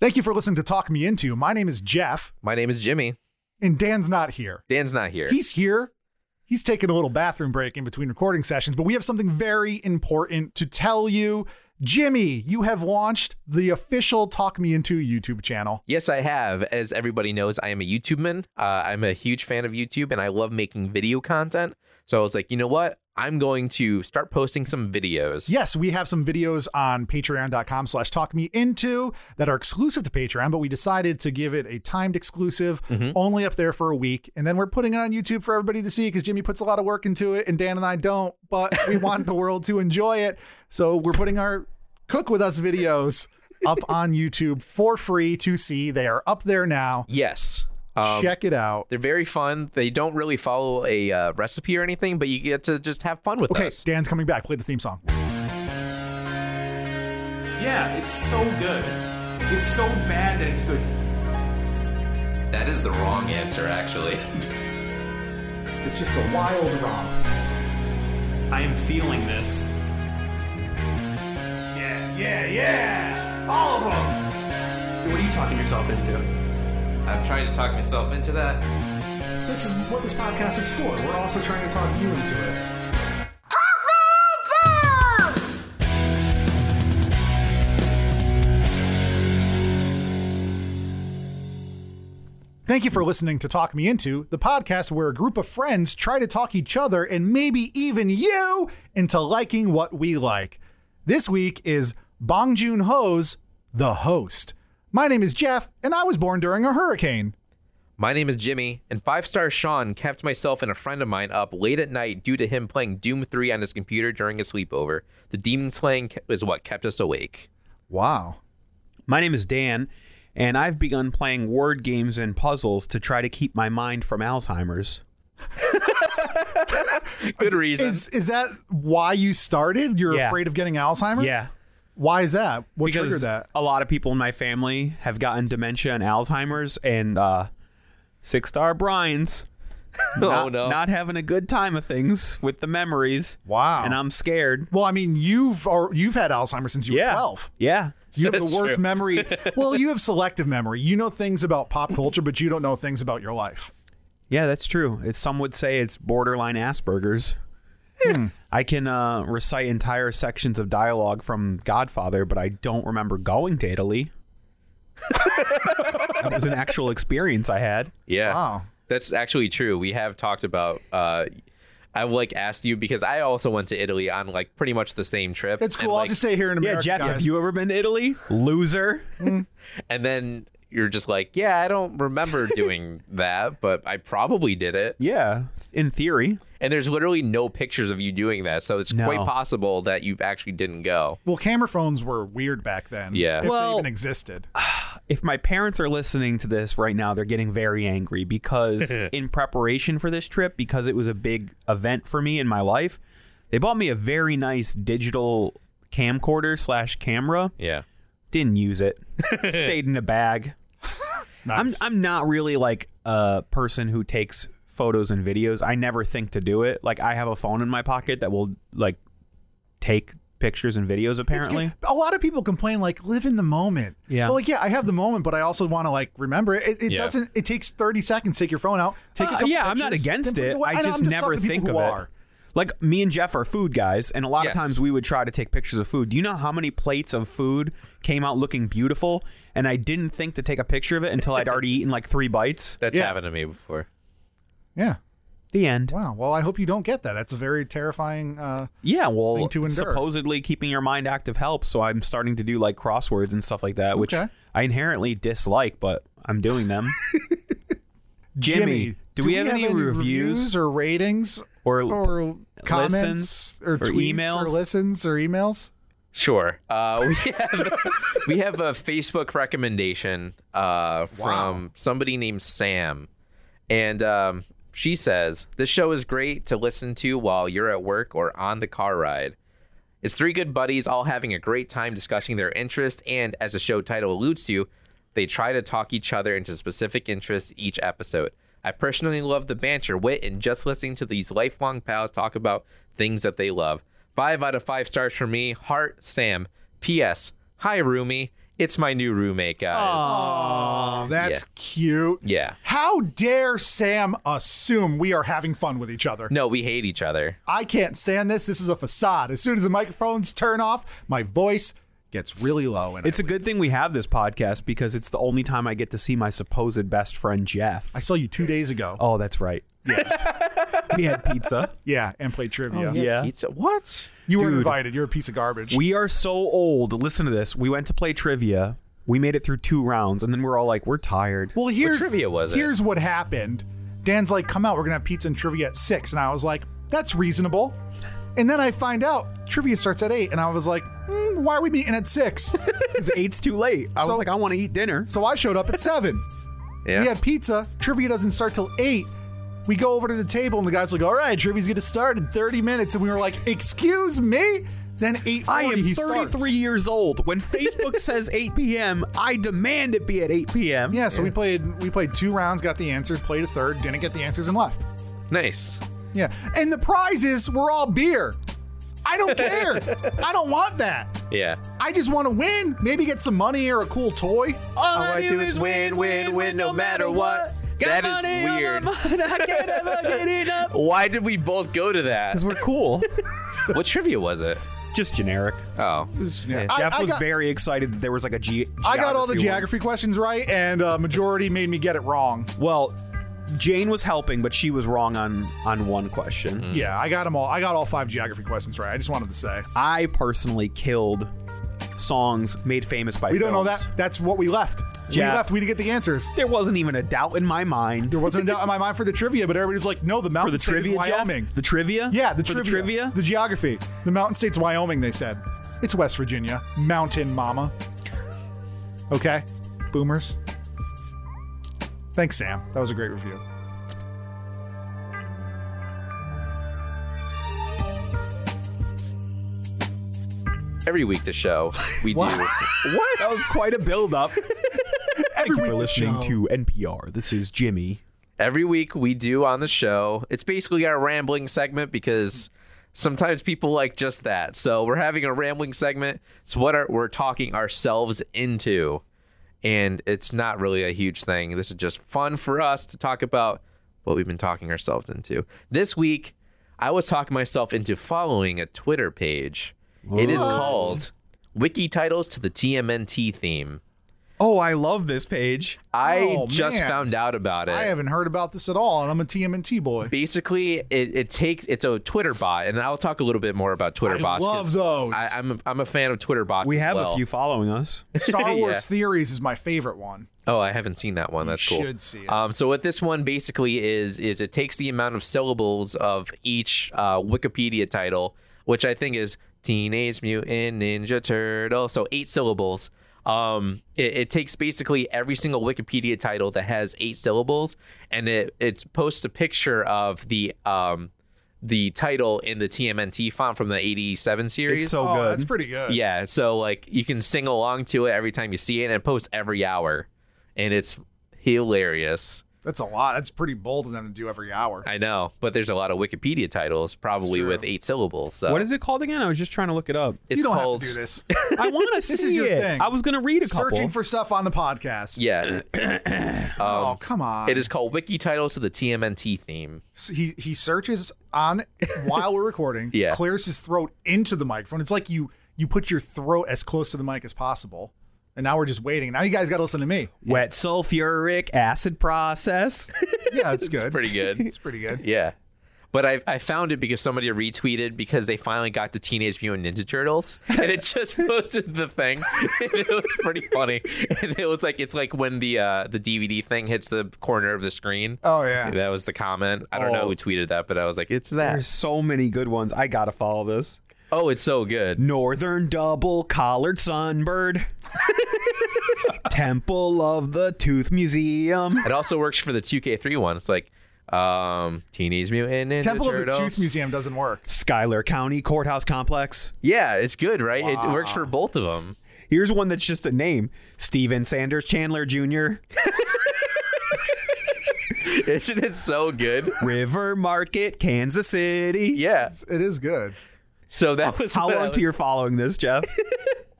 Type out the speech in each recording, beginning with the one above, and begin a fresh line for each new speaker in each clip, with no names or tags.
Thank you for listening to Talk Me Into. My name is Jeff,
My name is Jimmy.
and Dan's not here.
Dan's not here.
He's here. He's taking a little bathroom break in between recording sessions, but we have something very important to tell you. Jimmy, you have launched the official Talk Me Into YouTube channel.
Yes, I have. As everybody knows, I am a YouTube man. Uh, I'm a huge fan of YouTube and I love making video content. So I was like, you know what? I'm going to start posting some videos.
Yes, we have some videos on patreon.com slash talk me into that are exclusive to Patreon, but we decided to give it a timed exclusive, only up there for a week. And then we're putting it on YouTube for everybody to see because Jimmy puts a lot of work into it and Dan and I don't, but we want the world to enjoy it. So we're putting our cook with us videos up on YouTube for free to see. They are up there now.
Yes. Um,
Check it out.
They're very fun. They don't really follow a uh, recipe or anything, but you get to just have fun with
Okay,
us.
Dan's coming back. Play the theme song.
Yeah, it's so good. It's so bad that it's good.
That is the wrong answer, actually.
It's just a
Oh
wild romp.
I am feeling this. Yeah, yeah, yeah! All of them! What are you talking yourself into?
I'm trying to talk myself into that.
This is what this podcast is for. We're also trying to talk you into it.
Thank you for listening to Talk Me Into, the podcast where a group of friends try to talk each other and maybe even you into liking what we like. This week is Bong Joon Ho's The Host. My name is Jeff, and I was born during a hurricane.
My name is Jimmy, and five star Sean kept myself and a friend of mine up late at night due to him playing Doom 3 on his computer during a sleepover. The demon slaying ke- is what kept us awake.
Wow.
My name is Dan, and I've begun playing word games and puzzles to try to keep my mind from Alzheimer's.
Good reason.
Is is that why you started? You're
Yeah.
afraid of getting Alzheimer's? Why is that? What
because
triggered that?
a lot of people in my family have gotten dementia and Alzheimer's, and uh, Six Star Brian's
oh
not,
no.
not having a good time of things with the memories.
Wow.
And I'm scared.
Well, I mean, you've or you've had Alzheimer's since you
yeah.
were 12.
Yeah.
You have
That's
the worst
true.
memory. Well, you have selective memory. You know things about pop culture, but you don't know things about your life.
Yeah, that's true. It's, some would say it's borderline Asperger's.
Hmm.
I can uh, recite entire sections of dialogue from Godfather, but I don't remember going to Italy. that was an actual experience I had.
yeah.
Wow.
That's actually true. We have talked about uh I like asked you because I also went to Italy on like pretty much the same trip.
It's cool.
And,
I'll
like-
just stay here in America.
yeah, Jeff,
guys.
have you ever been to Italy? Loser.
and then you're just like, yeah, I don't remember doing that, but I probably did it.
yeah, in theory.
And there's literally no pictures of you doing that, so it's
No.
quite possible that you actually didn't go.
well, camera phones were weird back then.
Yeah.
If they
Well-
even existed.
If my parents are listening to this right now, they're getting very angry because in preparation for this trip, because it was a big event for me in my life, they bought me a very nice digital camcorder slash camera.
Yeah.
Didn't use it. Stayed in a bag. I'm
Nice.
I'm not really like a person who takes photos and videos. I never think to do it. Like I have a phone in my pocket that will like take pictures and videos
It's
apparently.
good. A lot of people complain like live in the moment.
Yeah.
Well, like yeah, I have the moment, but I also want to like remember it. It, it
Yeah.
doesn't. It takes thirty seconds. to Take your phone out. Take a
Uh,
couple
yeah, I'm not
pictures,
against
then put
it.
away.
I
know,
just
I'm
never
talking to
think
people
of
who
it.
are.
Like me and Jeff are food guys, and a lot
Yes.
of times we would try to take pictures of food. Do you know how many plates of food came out looking beautiful, and I didn't think to take a picture of it until I'd already eaten like three bites?
That's
Yeah.
happened to me before.
Yeah.
The end.
Wow. Well, I hope you don't get that. That's a very terrifying. Uh,
Yeah, well,
Thing to endure.
supposedly keeping your mind active helps, so I'm starting to do like crosswords and stuff like that, which
Okay.
I inherently dislike, but I'm doing them. Jimmy, do, we, have, any, reviews,
or ratings
or,
or comments or,
or
tweets
emails?
or listens or emails?
Sure. Uh, we have we have a Facebook recommendation uh, from somebody named Sam, and um, she says this show is great to listen to while you're at work or on the car ride. It's three good buddies all having a great time discussing their interest, and as the show title alludes to, they try to talk each other into specific interests each episode. I personally love the banter, wit, and just listening to these lifelong pals talk about things that they love. Five out of five stars for me. Heart, Sam. P.S. Hi, Rumi. It's my new roommate, guys.
Oh, that's cute.
Yeah.
How dare Sam assume we are having fun with each other?
No, we hate each other.
I can't stand this. This is a facade. As soon as the microphones turn off, my voice gets really low. And
It's
I,
a good thing we have this podcast because it's the only time I get to see my supposed best friend Jeff.
I saw you two days ago.
oh, that's right. we had pizza.
Yeah, and played trivia.
Yeah.
Pizza? What?
You weren't
Oh, Dude.
invited. You're a piece of garbage.
We are so old. Listen to this. We went to play trivia. We made it through two rounds, and then we're all like, we're tired.
well, here's
trivia was it?
here's what happened. Dan's like, "Come out. We're gonna have pizza and trivia at 6. And I was like, "That's reasonable." And then I find out trivia starts at eight, and I was like, "Hmm, "Why are we meeting at 6?
Because eight's too late. I
So-
was like, I want to eat dinner.
so I showed up at seven.
Yeah.
We had pizza. Trivia doesn't start till eight. We go over to the table and the guy's like, "All right, trivia's gonna start in 30 minutes." And we were like, "Excuse me." Then 8:40.
I am
he
33
starts.
years old. When Facebook says 8 p.m., I demand it be at 8 p.m.
Yeah, so we played we played two rounds, got the answers, played a third, didn't get the answers, and left.
Nice.
Yeah, and the prizes were all beer. I don't care. I don't want that.
Yeah.
I just want to win. Maybe get some money or a cool toy.
All
I do is win, win, win, no matter what. That is weird.
I can't ever get enough.
Why did we both go to that?
Because we're cool.
what trivia was it?
Just generic.
Oh.
I-
Jeff
I
was
got-
very excited that there was like a ge-
I got all the geography
geography
questions right, and uh, majority made me get it wrong.
one. Well, Jane was helping, but she was wrong on on one question.
Yeah, I got them all. I got all five geography questions right. I just wanted to say.
I personally killed songs made famous by.
We don't know
films.
that. That's what we left.
Jeff.
We left. We didn't get the answers.
There wasn't even a doubt in my mind.
There wasn't a doubt in my mind for the trivia, but everybody's like, no, the
For
mountain
the
state
trivia,
is Wyoming.
Jeff? The trivia?
Yeah, the
For
trivia.
The trivia?
The geography. The mountain state's Wyoming, they said. It's West Virginia. Mountain mama. Okay. Boomers. Thanks, Sam. That was a great review.
Every week the show we do.
What? That was quite a build-up. Thank you for listening to NPR. This is Jimmy.
Every week we do on the show. It's basically our rambling segment because sometimes people like just that. So we're having a rambling segment. It's what our, we're talking ourselves into. And it's not really a huge thing. This is just fun for us to talk about what we've been talking ourselves into. This week, I was talking myself into following a Twitter page. It is called Wiki Titles to the TMNT theme.
Oh, I love this page.
I
Oh,
just
man.
found out about it.
I haven't heard about this at all, and I'm a TMNT boy.
basically it, it takes it's a twitter bot and i'll talk a little bit more about twitter
I
bots 'cause
love those.
I, I'm, a, I'm a fan of twitter bots
We
as
have
well.
a few following us.
Star
Yeah.
Wars Theories is my favorite one.
Oh, I haven't seen that one. That's cool.
should see it.
Um, so what this one basically is is it takes the amount of syllables of each uh, Wikipedia title, which I think is Teenage Mutant Ninja Turtle. So eight syllables. Um, it, it takes basically every single Wikipedia title that has eight syllables, and it it posts a picture of the um the title in the TMNT font from the '87 series.
It's so
oh,
good.
that's pretty good.
Yeah, so like you can sing along to it every time you see it, and it posts every hour, and it's hilarious.
That's a lot. That's pretty bold of them to do every hour.
I know, but there's a lot of Wikipedia titles probably with eight syllables. So
What is it called again? I was just trying to look it up.
It's
you don't
called
have to do this.
I want to see
is your
it.
thing.
I was going to read a couple.
Searching for stuff on the podcast.
yeah. um,
oh, come on.
It is called Wiki Titles to the TMNT theme.
So he he searches on while we're recording.
Yeah.
clears his throat into the microphone. It's like you you put your throat as close to the mic as possible. And now we're just waiting. Now you guys got to listen to me.
Wet sulfuric acid process.
Yeah, it's good.
Pretty good.
It's pretty good.
yeah. But I, I found it because somebody retweeted because they finally got to Teenage Mutant Ninja Turtles and it just posted the thing. And it was pretty funny. And it was like it's like when the uh, the DVD thing hits the corner of the screen.
Oh yeah.
That was the comment. I don't know
Oh.
who tweeted that, but I was like, it's that.
There's so many good ones. I got to follow this.
Oh, it's so good.
Northern double collared sunbird. Temple of the Tooth Museum.
It also works for the 2K3 one. It's like um, Teenage Mutant Ninja
Temple of the
Turtles.
Tooth Museum doesn't work.
Schuyler County Courthouse Complex.
Yeah, it's good, right? It works for both of them.
Here's one that's just a name Steven Sanders Chandler Jr.,
Isn't it so good?
River Market, Kansas City.
Yeah.
It is good.
So that was
How
what I
long
was-
to your following this, Jeff?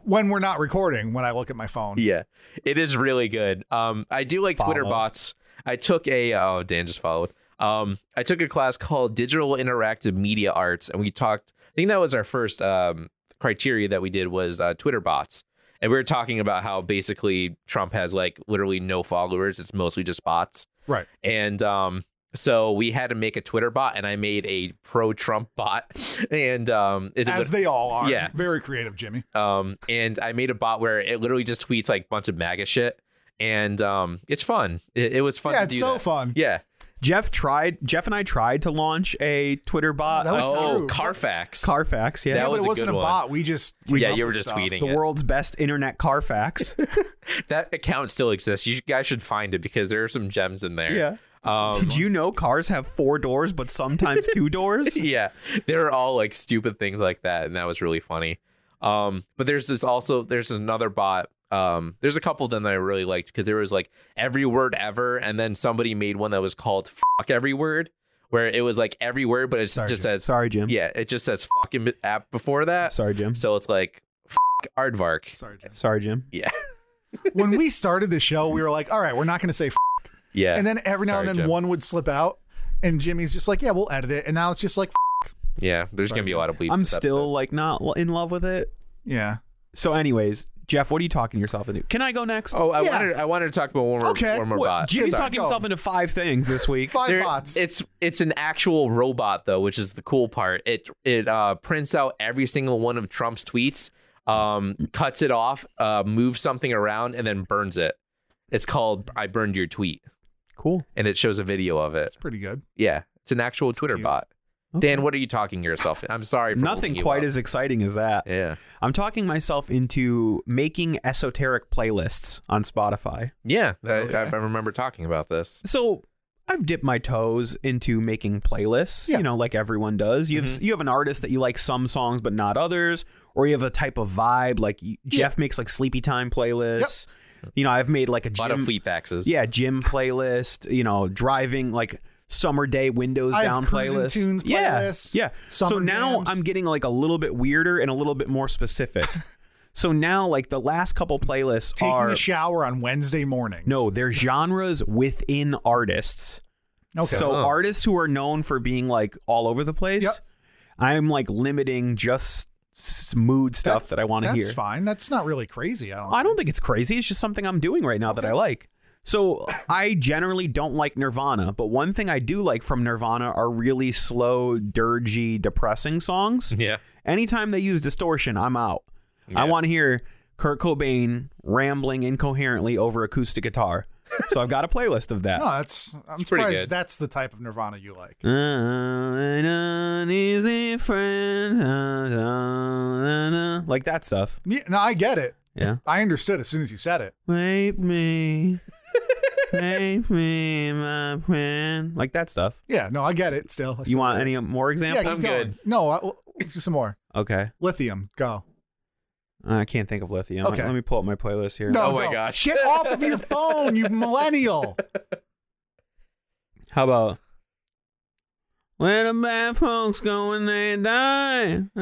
when we're not recording, when I look at my phone.
Yeah, it is really good. Um, I do like Twitter
Follow.
bots. I took a oh Dan just followed. Um, I took a class called Digital Interactive Media Arts, and we talked. I think that was our first um criteria that we did was uh, Twitter bots, and we were talking about how basically Trump has like literally no followers. It's mostly just bots,
Right.
and um. So we had to make a Twitter bot, and I made a pro-Trump bot, and um, it,
As they all are.
Yeah.
Very creative, Jimmy.
um, and I made a bot where it literally just tweets like a bunch of MAGA shit, and um, it's fun. It, it was fun.
yeah,
to
it's
do
so
that.
fun.
Yeah.
Jeff tried. Jeff and I tried to launch a Twitter bot.
That was-
uh,
Oh,
true.
Carfax.
Carfax. Yeah.
That
but
was
it
a
wasn't
good
a
one.
bot. We just we
yeah, you were
dumped
just
stuff.
tweeting
the
it.
world's best internet Carfax.
That account still exists. You guys should find it because there are some gems in there.
Yeah.
Um,
Did you know cars have four doors, but sometimes two doors?
yeah. There are all like stupid things like that, and that was really funny. Um, but there's this also there's another bot. Um, there's a couple of them that I really liked because there was like every word ever, and then somebody made one that was called "fuck every word," where it was like every word, but it's
Sorry,
just
Jim.
as
Sorry, Jim.
Yeah, it just says fucking app before that.
Sorry, Jim.
So it's like fuck Aardvark.
Sorry, Jim.
Sorry, Jim.
when we started the show, we were like, all right, we're not going to say f-.
Yeah.
And then every now
Sorry,
and then
Jim.
one would slip out. And Jimmy's just like, yeah, we'll edit it. And now it's just like, f-.
yeah, there's going to be a lot of bleeps.
I'm
this
still
episode.
like not lo- in love with it.
yeah.
So, anyways, Jeff, what are you talking yourself into? Can I go next?
Oh, I
Yeah.
wanted I wanted to talk about one more
Okay.
one more
What?
bot.
Jimmy's
Sorry,
talking
go.
himself into five things this week.
Five
There-
bots.
It's it's an actual robot though, which is the cool part. It it uh, prints out every single one of Trump's tweets, um, cuts it off, uh, moves something around, and then burns it. It's called "I burned your tweet,"
Cool.
and it shows a video of it.
it's pretty good.
Yeah, it's an actual Twitter
cute.
bot. Dan, what are you talking yourself? I'm sorry. For holding
Nothing
you
quite
up.
as exciting as that.
yeah
I'm talking myself into making esoteric playlists on Spotify.
yeah. I, I I remember talking about this.
So I've dipped my toes into making playlists,
Yeah. Mm-hmm.
you know, like everyone does. You have you have an artist that you like some songs but not others, or you have a type of vibe like you, Jeff makes like sleepy time playlists. You know, I've made like a
A lot of
gym,
fleet faxes.
yeah, gym playlist. You know, driving like summer day windows
I have
down
cruising
playlist.
tunes
yeah,
playlists,
yeah. So
summer
now
jams.
I'm getting like a little bit weirder and a little bit more specific. so now, like the last couple playlists
Taking
are
a shower on Wednesday mornings.
no, they're genres within artists.
Okay.
So artists who are known for being like all over the place,
Yep.
I'm like limiting just s- mood stuff
That's-
that I want to
That's
hear.
fine. That's not really crazy. I don't.
I don't think it's crazy. It's just something I'm doing right now that I like. So I generally don't like Nirvana, but one thing I do like from Nirvana are really slow, dirgy, depressing songs.
yeah.
Anytime they use distortion, I'm out. I want to hear Kurt Cobain rambling incoherently over acoustic guitar. so I've got a playlist of that.
No, that's. I'm
pretty
surprised
good.
that's the type of Nirvana you like.
An uneasy friend. uh, uh, uh, uh, Like that stuff.
Me- No, I get it.
Yeah.
I understood as soon as you said it.
Wake me. Wake me, my friend. Like that stuff.
Yeah. No, I get it. Still. I
You
still-
want any more
Yeah,
examples?
keep
I'm
going.
good.
No, I, let's do some more.
Okay.
Lithium. Go.
I can't think of lithium.
Okay.
Let me pull up my playlist here.
No,
Oh my
don't.
gosh.
Get off of your phone, you millennial.
How about. Where the bad folks go when they die?
Isn't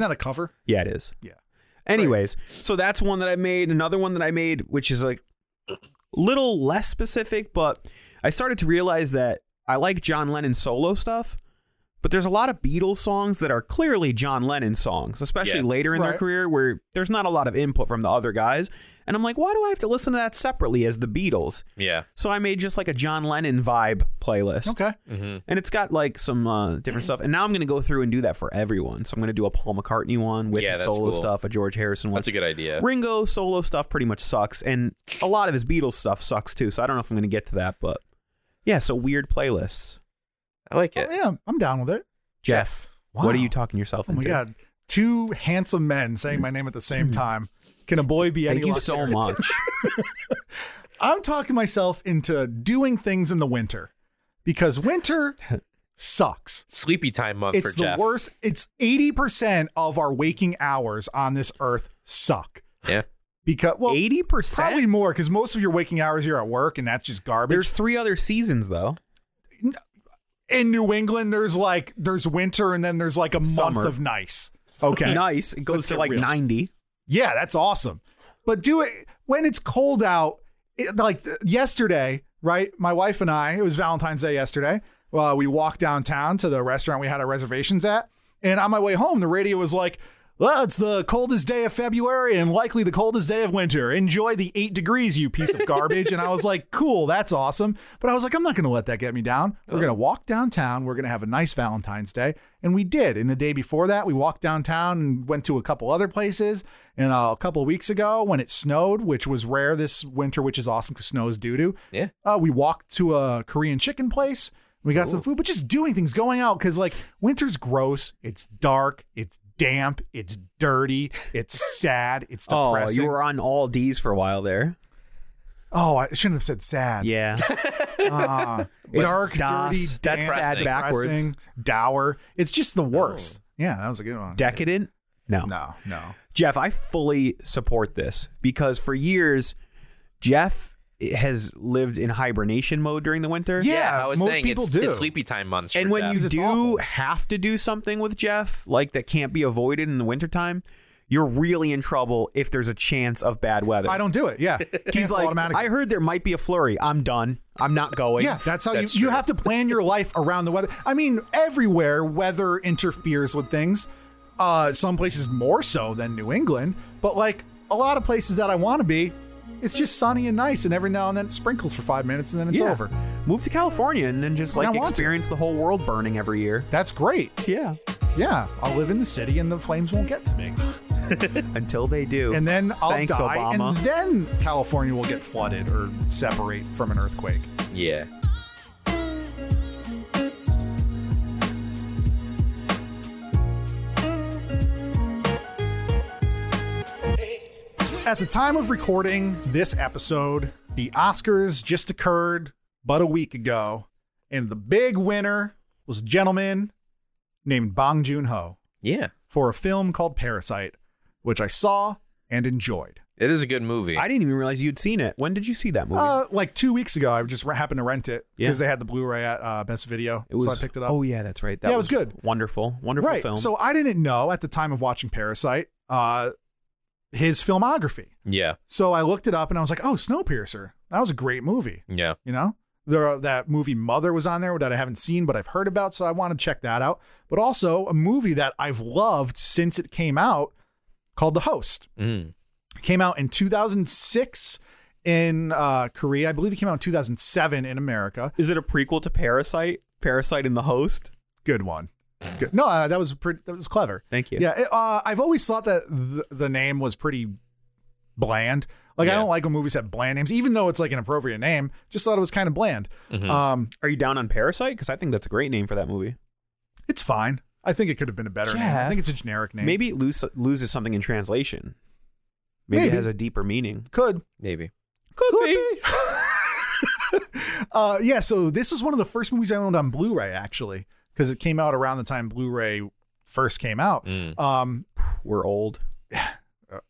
that a cover?
Yeah, it is.
Yeah.
Anyways, so that's one that I made. Another one that I made, which is like little less specific, but I started to realize that I like John Lennon solo stuff, but there's a lot of Beatles songs that are clearly John Lennon songs, especially
Yeah.
later in their
Right.
career where there's not a lot of input from the other guys. And I'm like, why do I have to listen to that separately as the Beatles?
Yeah.
So I made just like a John Lennon vibe playlist.
Okay.
Mm-hmm.
And it's got like some uh, different stuff. And now I'm going to go through and do that for everyone. So I'm going to do a Paul McCartney one with
Yeah,
his
that's
solo
cool.
stuff, a George Harrison one.
That's a good idea.
Ringo solo stuff pretty much sucks. And a lot of his Beatles stuff sucks too. So I don't know if I'm going to get to that. But yeah, so weird playlists.
I like
Oh,
it.
yeah, I'm down with it.
Jeff, what are
Wow.
you talking yourself
Oh my
into?
god. Two handsome men saying my name at the same time. Can a boy be any
Hmm. Thank you
luckier?
so much.
I'm talking myself into doing things in the winter because winter sucks.
Sleepy time month
It's
for
the
Jeff.
worst. It's 80% of our waking hours on this earth suck.
Yeah.
Because well,
80%?
probably more because most of your waking hours you're at work and that's just garbage.
There's three other seasons though.
in New England, there's like there's winter and then there's like a
Summer.
month of nice. Okay.
Nice. It goes
Let's
to
get
like
real.
90.
Yeah, that's awesome. But do it when it's cold out. It, like th- yesterday, right? My wife and I, it was Valentine's Day yesterday. Uh, we walked downtown to the restaurant we had our reservations at. And on my way home, the radio was like, well, it's the coldest day of February and likely the coldest day of winter. Enjoy the eight degrees, you piece of garbage. and I was like, cool, that's awesome. But I was like, I'm not going to let that get me down. We're going to walk downtown. We're going to have a nice Valentine's Day. And we did. And the day before that, we walked downtown and went to a couple other places. And uh, a couple weeks ago, when it snowed, which was rare this winter, which is awesome because snow is doo doo,
Yeah.
uh, we walked to a Korean chicken place. We got some food, but just doing things, going out, because like winter's gross. It's dark. It's damp. It's dirty. It's sad. It's
Oh,
depressing.
you were on all D's for a while there.
Oh, I shouldn't have said sad.
Yeah.
Ah.
It's
dark, dirty,
das.
damp,
That's sad backwards. Oh.
depressing, dour. It's just the worst. Yeah, that was a good one.
Decadent? No.
no, no.
Jeff, I fully support this because for years, Jeff has lived in hibernation mode during the winter.
Yeah,
Yeah, I was
most
saying
people
it's,
do.
it's sleepy time months.
And
for
when
them.
you
It's
do
awful.
have to do something with Jeff, like that can't be avoided in the wintertime, you're really in trouble if there's a chance of bad weather.
I don't do it. Yeah,
He's
Cancel
like,
automatically.
I heard there might be a flurry. I'm done. I'm not going.
Yeah, that's how
That's
you, you
true.
have to plan your life around the weather. I mean, everywhere weather interferes with things. Uh, some places more so than New England, but like a lot of places that I want to be, it's just sunny and nice, and every now and then it sprinkles for five minutes and then it's
Yeah.
over.
Move to California and then just like
I want to.
experience the whole world burning every year.
That's great.
Yeah.
Yeah, I'll live in the city and the flames won't get to me.
Until they do.
And then I'll
Thanks,
die,
Obama.
and then California will get flooded or separate from an earthquake.
yeah.
At the time of recording this episode, the Oscars just occurred but a week ago, and the big winner was a gentleman named Bong Joon Ho
Yeah.
for a film called Parasite, which I saw and enjoyed.
It is a good movie.
I didn't even realize you'd seen it. When did you see that movie?
Uh, like two weeks ago, I just happened to rent it
Yeah.
because they had the Blu-ray at uh, Best Video, so I picked it up.
Oh yeah, that's right. That
Yeah, it was good.
Wonderful, wonderful
right.
film.
So I didn't know at the time of watching Parasite uh, his filmography.
yeah.
So I looked it up and I was like, "Oh, Snowpiercer. That was a great movie."
Yeah.
You know, there are, that movie Mother was on there that I haven't seen, but I've heard about, so I want to check that out. But also a movie that I've loved since it came out called The Host.
Mm.
It came out in 2006 in uh, Korea. I believe it came out in 2007 in America.
is it a prequel to Parasite? Parasite and the Host.
Good one. Good. No, uh, that was pretty. That was clever.
Thank you.
Yeah, it, uh, I've always thought that th- the name was pretty bland. Like I
Yeah.
don't like when movies have bland names, even though it's like an appropriate name. Just thought it was kind of bland. Um,
Are you down on Parasite? Because I think that's a great name for that movie.
it's fine. I think it could have been a better name. I
Jeff.
think it's a generic name.
Maybe it lose, loses something in translation. Maybe,
Maybe.
it has a deeper meaning.
could
Maybe.
Could,
uh, yeah. So this was one of the first movies I owned on Blu-ray actually, because it came out around the time Blu-ray first came out. Um,
We're old.
uh,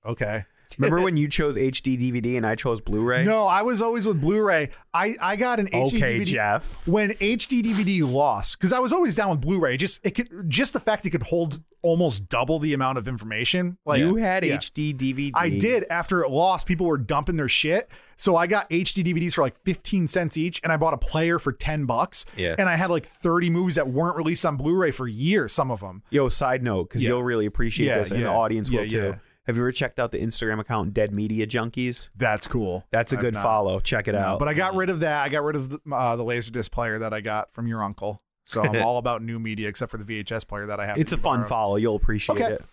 okay.
Remember when you chose HD DVD and I chose Blu-ray?
No, I was always with Blu-ray. I I got an HD
Okay,
DVD
Jeff.
when HD DVD lost because I was always down with Blu-ray. Just it could just the fact it could hold almost double the amount of information. Like
you had
yeah.
HD DVD.
I did after it lost. People were dumping their shit, so I got HD DVDs for like fifteen cents each, and I bought a player for ten bucks.
Yeah.
and I had like thirty movies that weren't released on Blu-ray for years. Some of them.
Yo, side note, because
Yeah.
you'll really appreciate
Yeah,
this, and
yeah.
the audience
Yeah,
will too.
yeah.
Have you ever checked out the Instagram account Dead Media Junkies?
That's cool.
That's a
I've
good
not-
follow. Check it
No,
out.
but I got rid of that. I got rid of the, uh, the laserdisc player that I got from your uncle. So I'm all about new media except for the VHS player that I have.
it's a fun
follow.
follow. You'll appreciate
Okay.
it.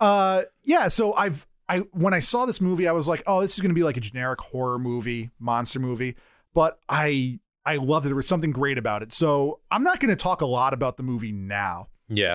uh yeah so i've i when i saw this movie i was like oh this is gonna be like a generic horror movie monster movie but i i loved it there was something great about it so i'm not gonna talk a lot about the movie now
Yeah.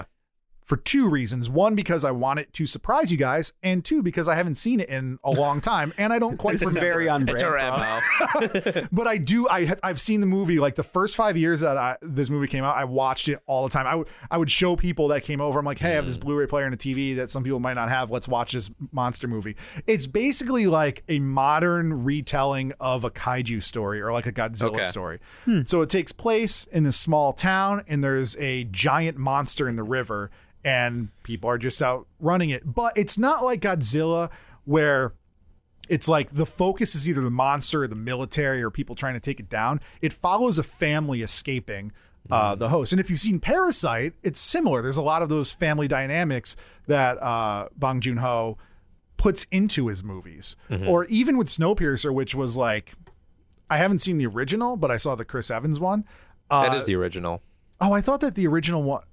for two reasons one because i want it to surprise you guys and two because i haven't seen it in a long time and i don't quite
This is
remember
very on brand.
It's our
for us.
MO.
but I do. I have, I've seen the movie like the first five years that I, this movie came out. I watched it all the time. I would I would show people that came over. I'm like, hey, I have this Blu-ray player and a TV that some people might not have. Let's watch this monster movie. It's basically like a modern retelling of a kaiju story or like a Godzilla
Okay.
story. So it takes place in this small town, and there's a giant monster in the river. and people are just out running it. But it's not like Godzilla where it's like the focus is either the monster or the military or people trying to take it down. It follows a family escaping uh,
Mm-hmm.
the host. And if you've seen Parasite, it's similar. There's a lot of those family dynamics that uh, Bong Joon Ho puts into his movies.
Mm-hmm.
Or even with Snowpiercer, which was like, I haven't seen the original, but I saw the Chris Evans one. Uh,
that is the original.
oh, I thought that the original one.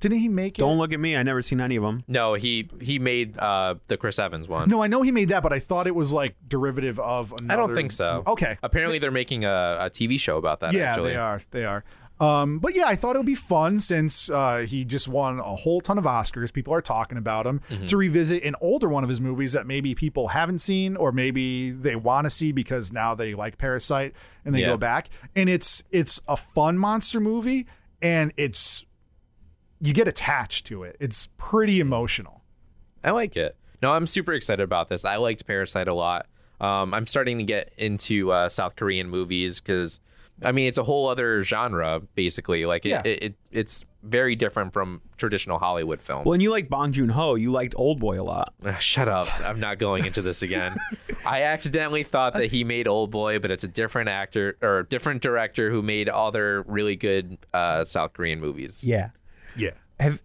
Didn't he make it?
Don't look at me. I never seen any of them.
No, he he made uh, the Chris Evans one.
No, I know he made that, but I thought it was like derivative of another.
I don't think so.
Okay.
Apparently, they're making a, a TV show about that.
Yeah,
actually.
they are. They are. Um, but yeah, I thought it would be fun since uh, he just won a whole ton of Oscars. People are talking about him to revisit an older one of his movies that maybe people haven't seen or maybe they want to see because now they like Parasite and they
Yeah.
go back. And it's it's a fun monster movie and it's you get attached to it. It's pretty emotional.
I like it. No, I'm super excited about this. I liked Parasite a lot. Um, I'm starting to get into uh, South Korean movies because, I mean, it's a whole other genre basically. Like, it,
Yeah.
it, it it's very different from traditional Hollywood films.
Well, and you like Bong Joon Ho. You liked Old Boy a lot.
Ah, shut up! I'm not going into this again. I accidentally thought that he made Old Boy, but it's a different actor or different director who made other really good uh, South Korean movies.
Yeah.
Yeah.
Have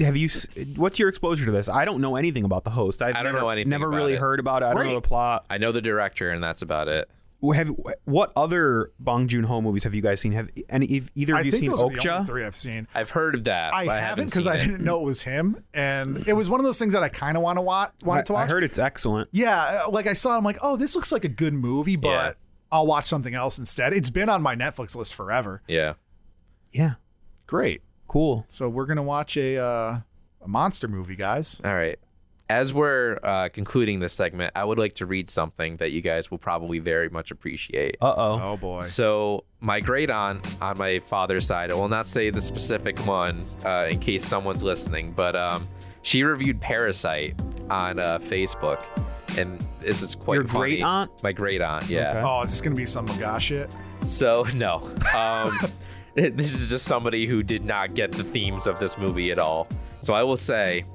Have you? s- What's your exposure to this? I don't know anything about the host. I've
I don't
never,
know anything
Never
about
really
it.
heard about it. I don't know
Right.
the plot.
I know the director, and that's about it.
Have what other Bong Joon Ho movies have you guys seen? Have any if either of
I
you
think
seen
those are the only
Okja?
three I've seen.
I've heard of that.
I
but
haven't because
because
I didn't know it was him, and it was one of those things that I kind of want to watch.
I,
Wanted to watch.
I heard it's excellent.
Yeah, uh, like I saw, it, I'm like, oh, this looks like a good movie, but
Yeah.
I'll watch something else instead. It's been on my Netflix list forever.
Yeah.
Yeah,
Great.
cool.
So we're gonna watch a uh, a monster movie, guys.
All right. As we're uh, concluding this segment, I would like to read something that you guys will probably very much appreciate.
Uh oh.
Oh boy.
So, my great aunt on my father's side, I will not say the specific one uh, in case someone's listening, but um, she reviewed Parasite on uh, Facebook. And this is quite
Your
funny.
great-aunt?
My great aunt, yeah.
Okay.
Oh, is this gonna be some Maga shit?
So no, um, this is just somebody who did not get the themes of this movie at all. So I will say,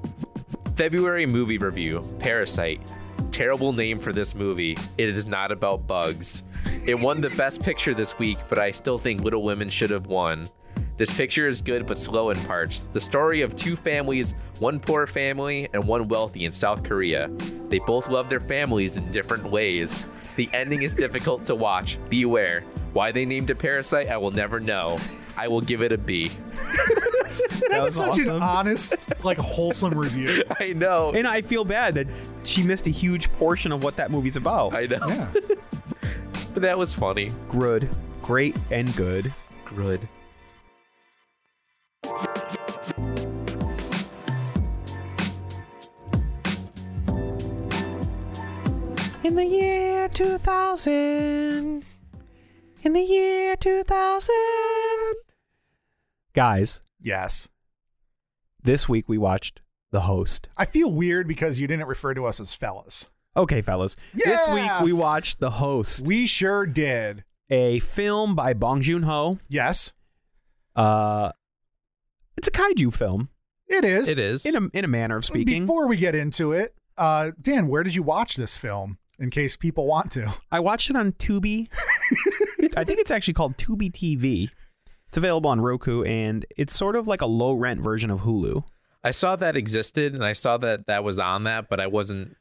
February movie review: Parasite. Terrible name for this movie. It is not about bugs. It won the best picture this week, but I still think Little Women should have won. This picture is good but slow in parts. The story of two families, one poor family and one wealthy in South Korea. They both love their families in different ways. The ending is difficult to watch. Beware. Why they named it Parasite, I will never know. I will give it a B.
That's such an
awesome.
honest, like wholesome review.
I know.
And I feel bad that she missed a huge portion of what that movie's about.
I know.
Yeah.
But that was funny.
Good, great, and good.
Good.
In the year 2000. In the year 2000. Guys,
Yes.
this week we watched The Host.
I feel weird because you didn't refer to us as fellas.
Okay, fellas. This
Yeah!
week we watched The Host,
We sure did.
a film by Bong Joon Ho.
Yes,
Uh, it's a kaiju film,
it is.
It is.
in a, in a manner of speaking.
Before we get into it, uh, Dan, where did you watch this film? In case people want to.
I watched it on Tubi. I think it's actually called Tubi TV. It's available on Roku, and it's sort of like a low rent version of Hulu.
I saw that existed and I saw that that was on that, but I wasn't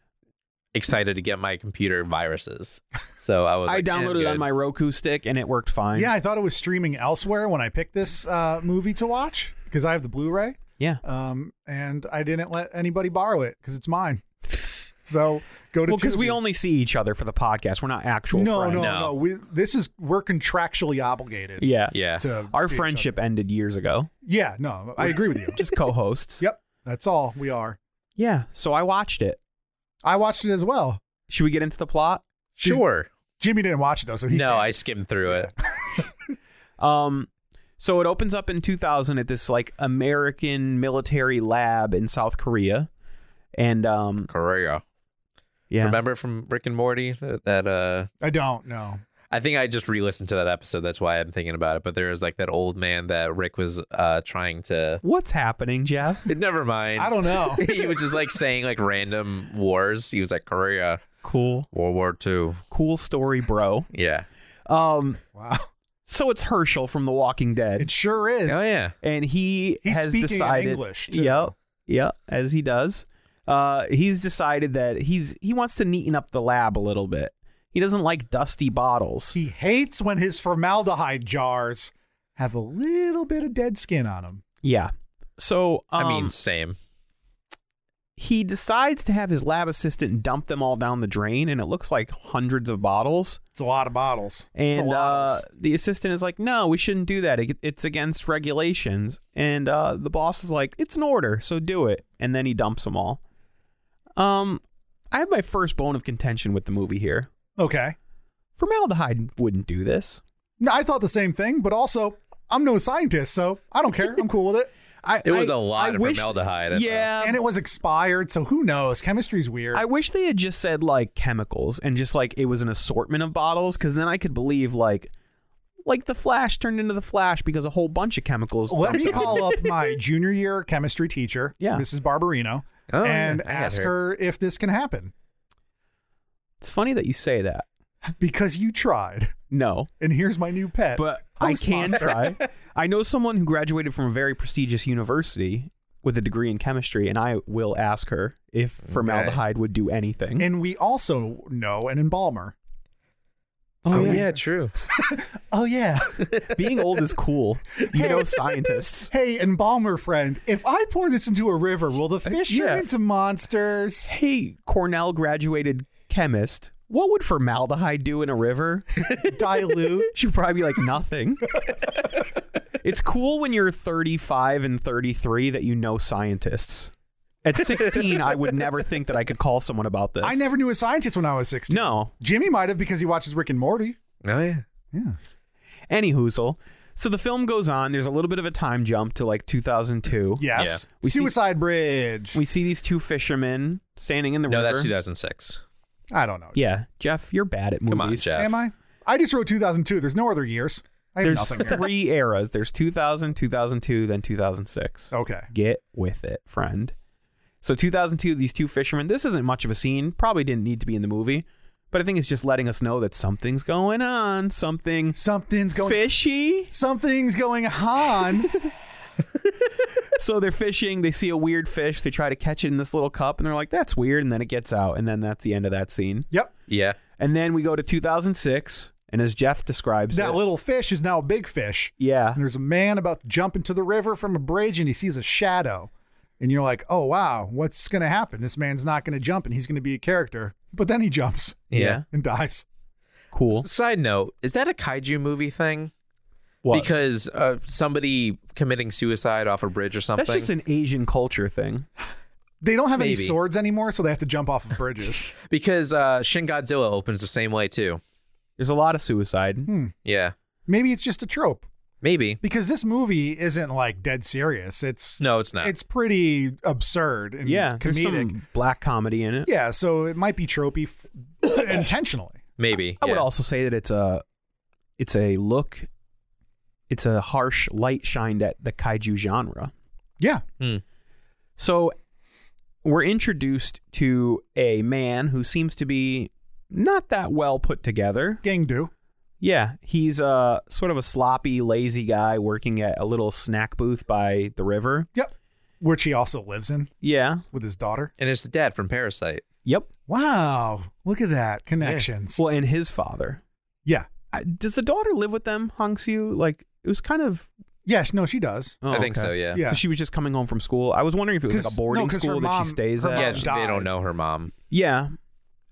excited to get my computer viruses. So I was
I
like, eh, I'm
downloaded it on
good.
my Roku stick, and it worked fine.
Yeah, I thought it was streaming elsewhere when I picked this uh, movie to watch because I have the Blu-ray,
yeah.
um, and I didn't let anybody borrow it because it's mine. So go to
Well, because we
Tubi.
only see each other for the podcast. We're not actual
no,
friends.
no no
No.
we this is we're contractually obligated.
Yeah.
Yeah.
to
Our
see each
friendship ended years ago.
other. Yeah, no, I agree with you.
Just co hosts.
yep, that's all we are.
Yeah. So I watched it.
I watched it as well.
Should we get into the plot?
Sure.
Jimmy didn't watch it though, so he
No, I skimmed through it.
Um, so it opens up in 2000 at this like American military lab in South Korea. And um,
Korea.
yeah.
Remember from Rick and Morty that, that uh
I don't know.
I think I just re-listened to that episode. That's why I'm thinking about it. But there was like that old man that Rick was uh, trying to.
What's happening, Jeff?
Never mind.
I don't know.
he was just like saying like random wars. He was like Korea,
Cool,
World War Two.
cool story, bro.
Yeah.
Um,
Wow.
so it's Herschel from The Walking Dead,
It sure is.
Oh yeah.
and he
He's
has
speaking in
decided.
English, too.
Yep, yep, as he does. Uh, he's decided that he's he wants to neaten up the lab a little bit. He doesn't like dusty bottles.
He hates when his formaldehyde jars have a little bit of dead skin on them.
Yeah. So um,
I mean, same.
he decides to have his lab assistant dump them all down the drain, and it looks like hundreds of bottles.
It's a lot of bottles. it's a
And
lot.
uh, the assistant is like, "No, we shouldn't do that. It, it's against regulations." And uh, the boss is like, "It's an order, so do it." And then he dumps them all. Um, I have my first bone of contention with the movie here.
okay.
Formaldehyde wouldn't do this.
No, I thought the same thing, but also I'm no scientist, so I don't care. I'm cool with it.
I,
It was
a
a lot of
wish,
formaldehyde, that's
Yeah,
And it was expired, so who knows? Chemistry's weird.
Um, I wish they had just said like chemicals and just like it was an assortment of bottles because then I could believe like like the Flash turned into the Flash because a whole bunch of chemicals.
Let
dumped
me
on it.
call up my junior year chemistry teacher,
Yeah.
Mrs. Barbarino,
Oh, yeah.
and
I got
ask her
her.
if this can happen
It's funny that you say that.
because you tried.
No,
And here's my new pet.
but I
Host
can
monster.
try. I know someone who graduated from a very prestigious university with a degree in chemistry, and I will ask her if formaldehyde would do anything.
And we also know an embalmer.
Oh yeah, true.
Oh yeah.
being old is cool. You know, scientists.
Hey, embalmer friend, if I pour this into a river, will the fish turn
yeah.
into monsters?
Hey, Cornell graduated chemist. What would formaldehyde do in a river?
Dilute?
She'd probably be like, nothing. it's cool when you're 35 and 33 that you know scientists. At 16, I would never think that I could call someone about this.
I never knew a scientist when I was 16.
No.
Jimmy might have because he watches Rick and Morty.
Oh yeah.
Yeah.
Any hoozle. So the film goes on. There's a little bit of a time jump to like 2002.
Yes.
We see-
Suicide Bridge.
We see these two fishermen standing in the
No,
river.
that's 2006.
I don't know.
Yeah, Jeff, you're bad at movies.
Come on, Jeff.
Am I? I just wrote 2002. There's no other years. I have
There's
nothing here.
three eras. There's 2000, 2002, then 2006.
Okay.
Get with it, friend. So 2002, these two fishermen. This isn't much of a scene. Probably didn't need to be in the movie, but I think it's just letting us know that something's going on. Something
Something's going.
fishy.
Something's going on.
so they're fishing. They see a weird fish. They try to catch it in this little cup, and they're like, "That's weird." And then it gets out, and then that's the end of that scene.
yep.
Yeah.
And then we go to 2006, and as Jeff describes
That
it,
little fish is now a big fish.
yeah,
And there's a man about to jump into the river from a bridge and he sees a shadow. And you're like, oh, wow, what's going to happen? This man's not going to jump and he's going to be a character. But then he jumps
Yeah.
and dies.
cool.
S- Side note: Is that a kaiju movie thing?
What?
Because uh, somebody committing suicide off a bridge or something.
that's just an Asian culture thing.
They don't have any
Maybe.
swords anymore, so they have to jump off of bridges.
Because uh, Shin Godzilla opens the same way too.
There's a lot of suicide.
Hmm. Yeah.
Maybe it's just a trope
Maybe.
because this movie isn't like dead serious. It's
No, it's not.
it's pretty absurd and
Yeah, there's
comedic.
some black comedy in it.
Yeah, so it might be tropey f- intentionally.
Maybe.
I would
yeah.
also say that it's a it's a look it's a harsh light shined at the kaiju genre.
Yeah,
So we're introduced to a man who seems to be not that well put together.
gang do.
Yeah, he's a sort of a sloppy, lazy guy working at a little snack booth by the river.
Yep, which he also lives in
Yeah.
with his daughter.
And it's the dad from Parasite.
Yep.
Wow, look at that connections.
Well, and his father.
Yeah,
I- Does the daughter live with them, Hong Siu? Like it was kind of.
yes, no, she does.
Oh,
I think
okay.
so. Yeah.
Yeah.
So she was just coming home from school. I was wondering if it was like
'Cause-
a boarding
no, 'cause her
school that
mom-
she stays
her
at.
Yeah,
mom
she-
died.
they don't know her mom.
Yeah.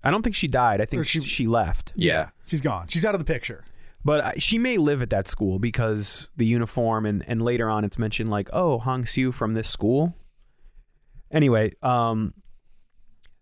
I don't think she died. I
Or
think
she-
she, left.
Yeah.
she's gone. She's out of the picture.
But I, she may live at that school because the uniform and, and later on it's mentioned like, oh, Hong Siu from this school. Anyway, um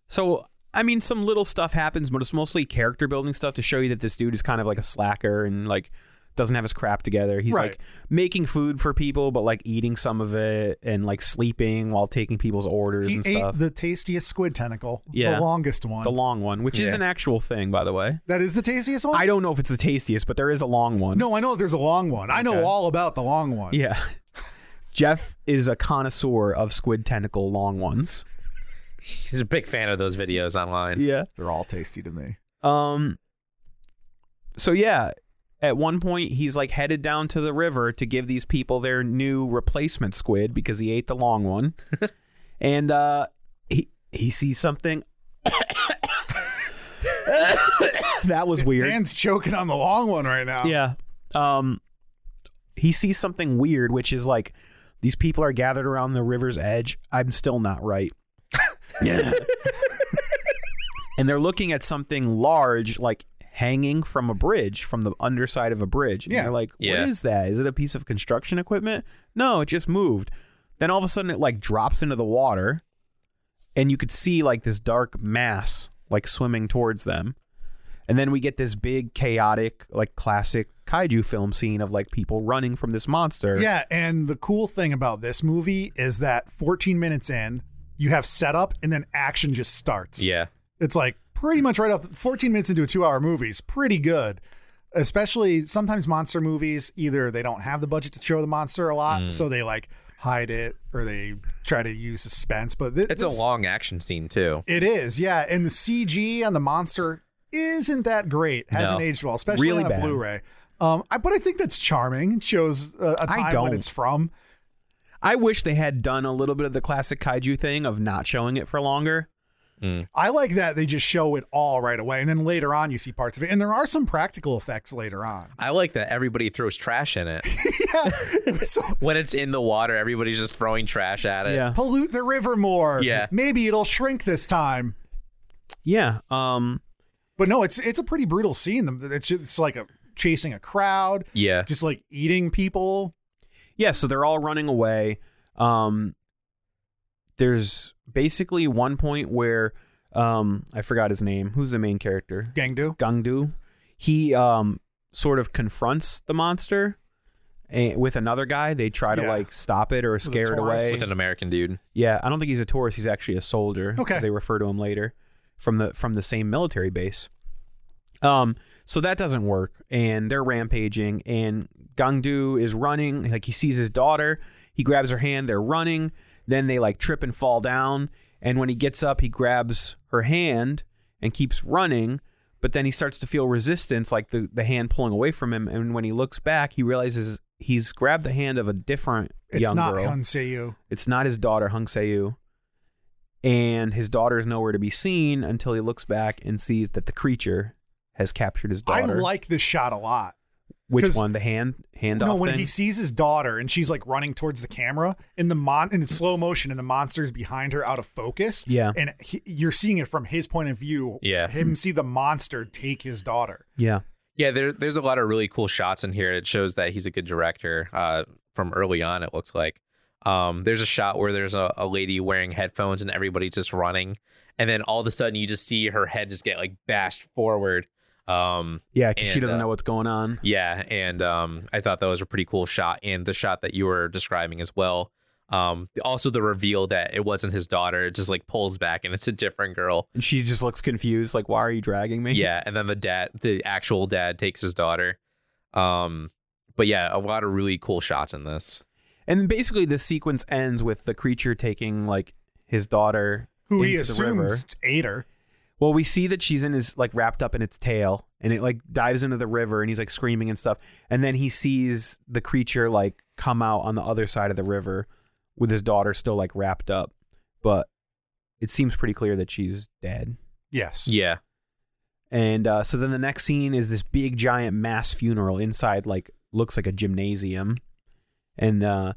so I mean some little stuff happens, but it's mostly character building stuff to show you that this dude is kind of like a slacker and like doesn't have his crap together. He's
Right.
like making food for people, but like eating some of it and like sleeping while taking people's orders
He
and
ate
stuff.
the tastiest squid tentacle,
Yeah.
the longest one.
the long one, which is
Yeah.
an actual thing, by the way.
that is the tastiest one.
I don't know if it's the tastiest, but there is a long one.
no, I know there's a long one. I know all about the long one.
Yeah. Jeff is a connoisseur of squid tentacle long ones.
He's a big fan of those videos online.
Yeah.
They're all tasty to me.
Um so yeah, at one point he's like headed down to the river to give these people their new replacement squid because he ate the long one. and uh he he sees something That was weird.
Dan's choking on the long one right now.
Yeah. Um he sees something weird which is like these people are gathered around the river's edge. I'm still not right. yeah. and they're looking at something large like hanging from a bridge from the underside of a bridge. And
Yeah.
they're like, "What is
Yeah.
that? Is it a piece of construction equipment?" No, it just moved. Then all of a sudden it like drops into the water and you could see like this dark mass like swimming towards them. And then we get this big chaotic, like classic kaiju film scene of like people running from this monster.
Yeah, and the cool thing about this movie is that 14 minutes in, you have setup and then action just starts.
Yeah.
It's like pretty much right off the, 14 minutes into a 2-hour movie is pretty good. Especially sometimes monster movies either they don't have the budget to show the monster a lot,
Mm.
so they like hide it or they try to use suspense, but thi-
It's
this-
a long action scene too.
It is. Yeah, and the CG on the monster isn't that great. Hasn't
No.
aged well, especially
Really
on a
bad.
Blu-ray. Um, I, but I think that's charming. It shows uh, a
I
time
don't.
when it's from.
I wish they had done a little bit of the classic kaiju thing of not showing it for longer.
I like that they just show it all right away, and then later on you see parts of it, and there are some practical effects later on.
I like that everybody throws trash in it.
Yeah, it was so-
when it's in the water, everybody's just throwing trash at it.
Yeah.
pollute the river more.
Yeah.
maybe it'll shrink this time.
Yeah. Um
But no, it's it's a pretty brutal scene. It's it's like a chasing a crowd,
Yeah.
just like eating people.
yeah, so they're all running away. Um there's basically one point where um I forgot his name. Who's the main character?
Gangdu.
Gangdu. He um sort of confronts the monster eh, with another guy. They try to
Yeah.
like stop it or scare it
Taurus.
away.
With an American dude.
Yeah, I don't think he's a tourist. He's actually a soldier. 'cause
Okay.
they refer to him later from the from the same military base. Um, so that doesn't work, and they're rampaging, and Gangdu is running. Like he sees his daughter, he grabs her hand. They're running. Then they like trip and fall down, and when he gets up, he grabs her hand and keeps running. But then he starts to feel resistance, like the the hand pulling away from him. And when he looks back, he realizes he's grabbed the hand of a different
It's
young
not
girl.
Hun Seiyu.
It's not his daughter, Hung Seiyu. And his daughter is nowhere to be seen until he looks back and sees that the creature has captured his
I
daughter.
like this shot a lot.
which
'cause-
one? The hand handoff
no, when
thing.
he sees his daughter and she's like running towards the camera in the mon in slow motion and the monster's behind her out of focus.
Yeah.
and he, you're seeing it from his point of view.
Yeah.
him see the monster take his daughter.
yeah,
Yeah, there, there's a lot of really cool shots in here. It shows that he's a good director uh, from early on, it looks like. Um, there's a shot where there's a, a lady wearing headphones and everybody's just running. And then all of a sudden, you just see her head just get like bashed forward. Um,
yeah, because she
And,
doesn't
uh,
know what's going on.
yeah, and um, I thought that was a pretty cool shot. And the shot that you were describing as well. Um, also, the reveal that it wasn't his daughter, it just like pulls back and it's a different girl.
And she just looks confused, like, "Why are you dragging me?"
yeah and then the dad the actual dad takes his daughter um but yeah a lot of really cool shots in this
And basically, the sequence ends with the creature taking like his daughter
Who
into
he
the river.
assumes ate her.
Well, we see that she's in his like wrapped up in its tail, and it like dives into the river, and he's like screaming and stuff. And then he sees the creature like come out on the other side of the river with his daughter still like wrapped up, but it seems pretty clear that she's dead.
Yes.
yeah
And uh, so then the next scene is this big giant mass funeral inside like looks like a gymnasium, and uh,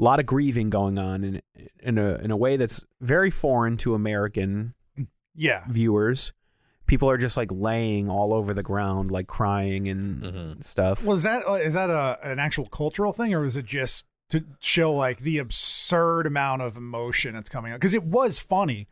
a lot of grieving going on in in a in a way that's very foreign to American
Yeah.
viewers. People are just like laying all over the ground, like crying and
Mhm.
stuff.
Well, is that uh, is that a an actual cultural thing, or is it just to show like the absurd amount of emotion that's coming out? Because it was funny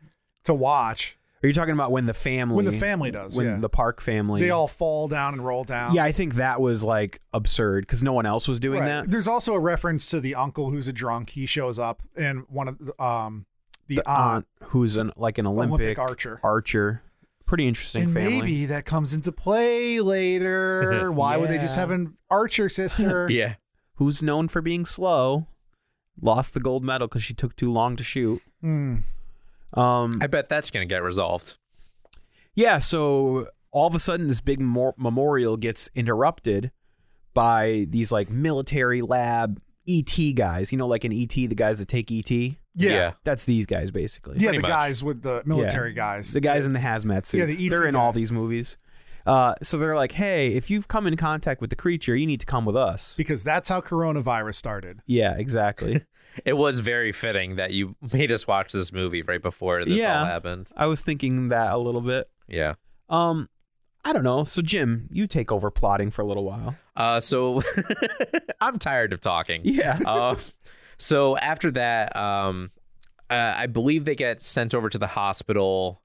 to watch.
Are you talking about when the family
When the family does,
when
yeah.
the Park family
They all fall down and roll down.
Yeah, I think that was like absurd because no one else was doing
Right.
that.
There's also a reference to the uncle who's a drunk. He shows up and one of the, um the, aunt,
aunt who's an like an Olympic,
Olympic archer.
Archer, pretty interesting
and
family.
maybe that comes into play later. Why would they just
Yeah.
have an archer sister?
Yeah.
Who's known for being slow, lost the gold medal because she took too long to shoot.
Hmm.
Um,
I bet that's going to get resolved.
yeah, so all of a sudden this big mor- memorial gets interrupted by these like military lab ET guys. You know, like an ET, the guys that take ET.
yeah,
That's these guys basically.
Yeah,
Pretty
The
much.
guys with the military
Yeah.
guys.
the guys in the hazmat suits.
Yeah, the ET
they're in all
guys.
these movies. Uh, so they're like, hey, if you've come in contact with the creature, you need to come with us.
because that's how coronavirus started.
Yeah, exactly.
It was very fitting that you made us watch this movie right before this
Yeah.
all happened.
I was thinking that a little bit.
Yeah.
Um, I don't know. So Jim, you take over plotting for a little while.
Uh, so I'm tired of talking.
Yeah.
uh, so after that, um, uh, I believe they get sent over to the hospital,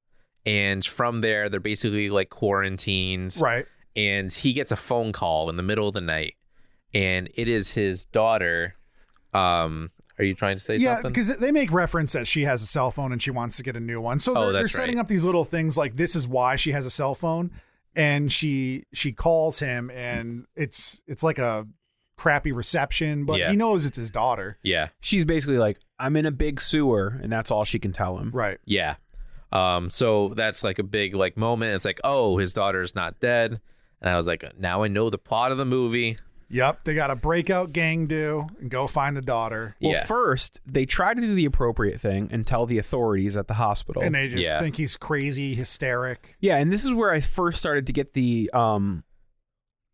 and from there, they're basically like quarantined.
Right.
And he gets a phone call in the middle of the night, and it is his daughter. Um, are you trying to say
Yeah,
something?
because they make reference that she has a cell phone and she wants to get a new one. So
Oh,
they're, they're
that's
setting
right.
up these little things like this is why she has a cell phone, and she she calls him, and it's it's like a crappy reception, but
Yeah.
he knows it's his daughter.
Yeah,
She's basically like, I'm in a big sewer, and that's all she can tell him.
Right.
yeah. Um, so that's like a big like moment. It's like, oh, his daughter's not dead, and I was like, now I know the plot of the movie.
Yep. They got a breakout gang do and go find the daughter,
Well,
yeah.
first they try to do the appropriate thing and tell the authorities at the hospital.
and they just
Oh, Yeah.
think he's crazy, hysteric.
Yeah, and this is where I first started to get the um,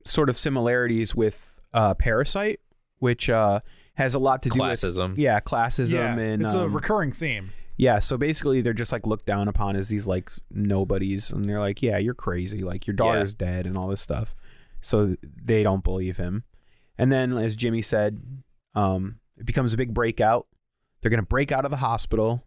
sort of similarities with uh, Parasite, which uh, has a lot to do
Classism.
with yeah, classism
yeah,
and
it's a
um,
recurring theme.
yeah. So basically, they're just like looked down upon as these like nobodies, and they're like, yeah, you're crazy, like your daughter's dead, and all this stuff. So they don't believe him, and then as Jimmy said, um, it becomes a big breakout. They're gonna break out of the hospital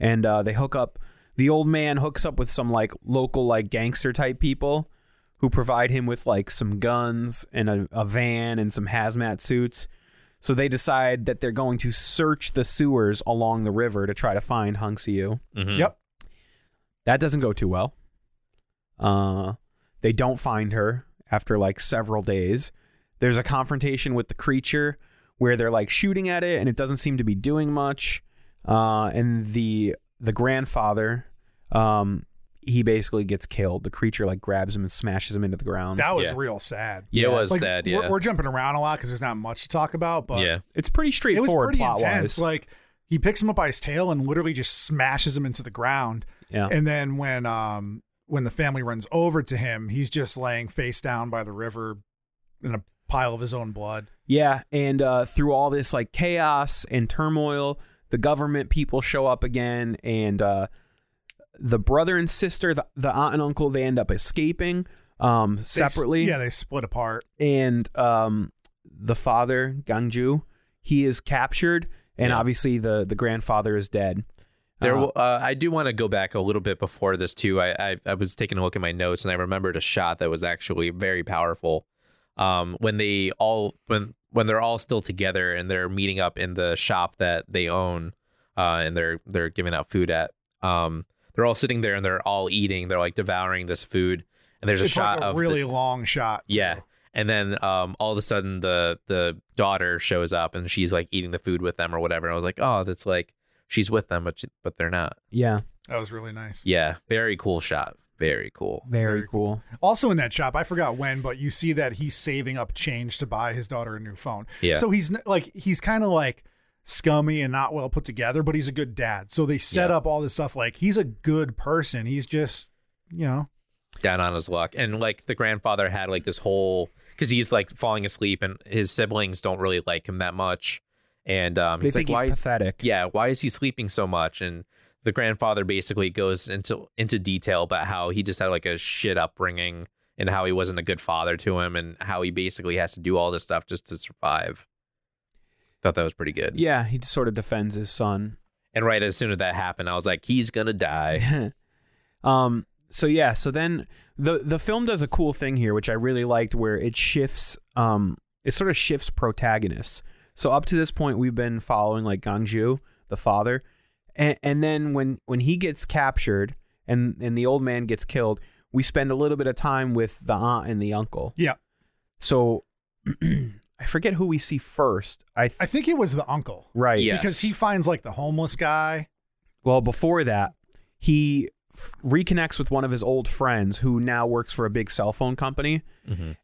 and uh, they hook up. The old man hooks up with some like local like gangster type people who provide him with like some guns and a, a van and some hazmat suits. So they decide that they're going to search the sewers along the river to try to find Hung Siu.
Mhm.
Yep.
That doesn't go too well. Uh, they don't find her after like several days. There's a confrontation with the creature where they're like shooting at it and it doesn't seem to be doing much. Uh, and the the grandfather, um, he basically gets killed. The creature like grabs him and smashes him into the ground.
That was
Yeah.
real sad.
Yeah, it was
Like,
sad.
we're-
Yeah,
We're, jumping around a lot because there's not much to talk about, but
yeah.
it's pretty
it was
straightforward
pretty
plot
intense.
wise.
Like he picks him up by his tail and literally just smashes him into the ground.
yeah.
And then when um when the family runs over to him, he's just laying face down by the river in a pile of his own blood.
Yeah, and uh, through all this like chaos and turmoil, the government people show up again, and uh, the brother and sister, the, the aunt and uncle, they end up escaping um,
They s-
separately.
yeah, they split apart.
and um, the father Gangju, he is captured, and
Yeah.
obviously the the grandfather is dead.
There,
Uh,
Uh-huh.
wa- uh, I do want to go back a little bit before this too. I, I I was taking a look at my notes and I remembered a shot that was actually very powerful. Um, when they all when when they're all still together and they're meeting up in the shop that they own, uh, and they're they're giving out food at. Um, they're all sitting there and they're all eating. They're like devouring this food. And there's a
it's
shot
like a
of the-
really long shot. too.
yeah. And then um, all of a sudden the the daughter shows up and she's like eating the food with them or whatever. I was like, oh, that's like she's with them, but she, but they're not.
Yeah,
That was really nice.
Yeah, very cool shot. Very cool.
very, cool.
Also in that shop, I forgot when, but you see that he's saving up change to buy his daughter a new phone.
Yeah.
So he's n- like he's kind of like scummy and not well put together, but he's a good dad. So they set
Yeah.
up all this stuff like he's a good person. He's just, you know,
Down on his luck. And like the grandfather had like this whole because he's like falling asleep and his siblings don't really like him that much. And um,
They
he's
think
like, why
he's
is,
pathetic.
yeah, why is he sleeping so much? And the grandfather basically goes into into detail about how he just had like a shit upbringing and how he wasn't a good father to him and how he basically has to do all this stuff just to survive. Thought that was pretty good.
yeah, he just sort of defends his son.
And right as soon as that happened, I was like, he's gonna die.
Um, so yeah, so then the the film does a cool thing here, which I really liked, where it shifts, um, it sort of shifts protagonists. So up to this point, we've been following like Gangju, the father, and, and then when when he gets captured and and the old man gets killed, we spend a little bit of time with the aunt and the uncle.
Yeah.
So I forget who we see first. I, th-
I think it was the uncle.
right
Yeah.
Because he finds like the homeless guy.
Well, before that, he f- reconnects with one of his old friends who now works for a big cell phone company,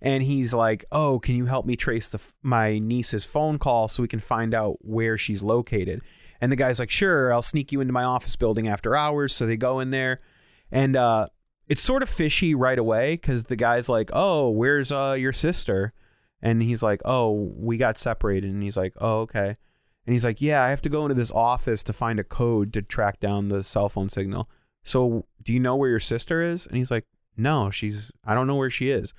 and he's like, "Oh, can you help me trace the f- my niece's phone call so we can find out where she's located?" And the guy's like, "Sure, I'll sneak you into my office building after hours." So they go in there, and uh, it's sort of fishy right away because the guy's like, "Oh, where's uh, your sister?" And he's like, "Oh, we got separated." And he's like, "Oh, okay." And he's like, "Yeah, I have to go into this office to find a code to track down the cell phone signal. So, do you know where your sister is?" And he's like, "No, she's I don't know where she is."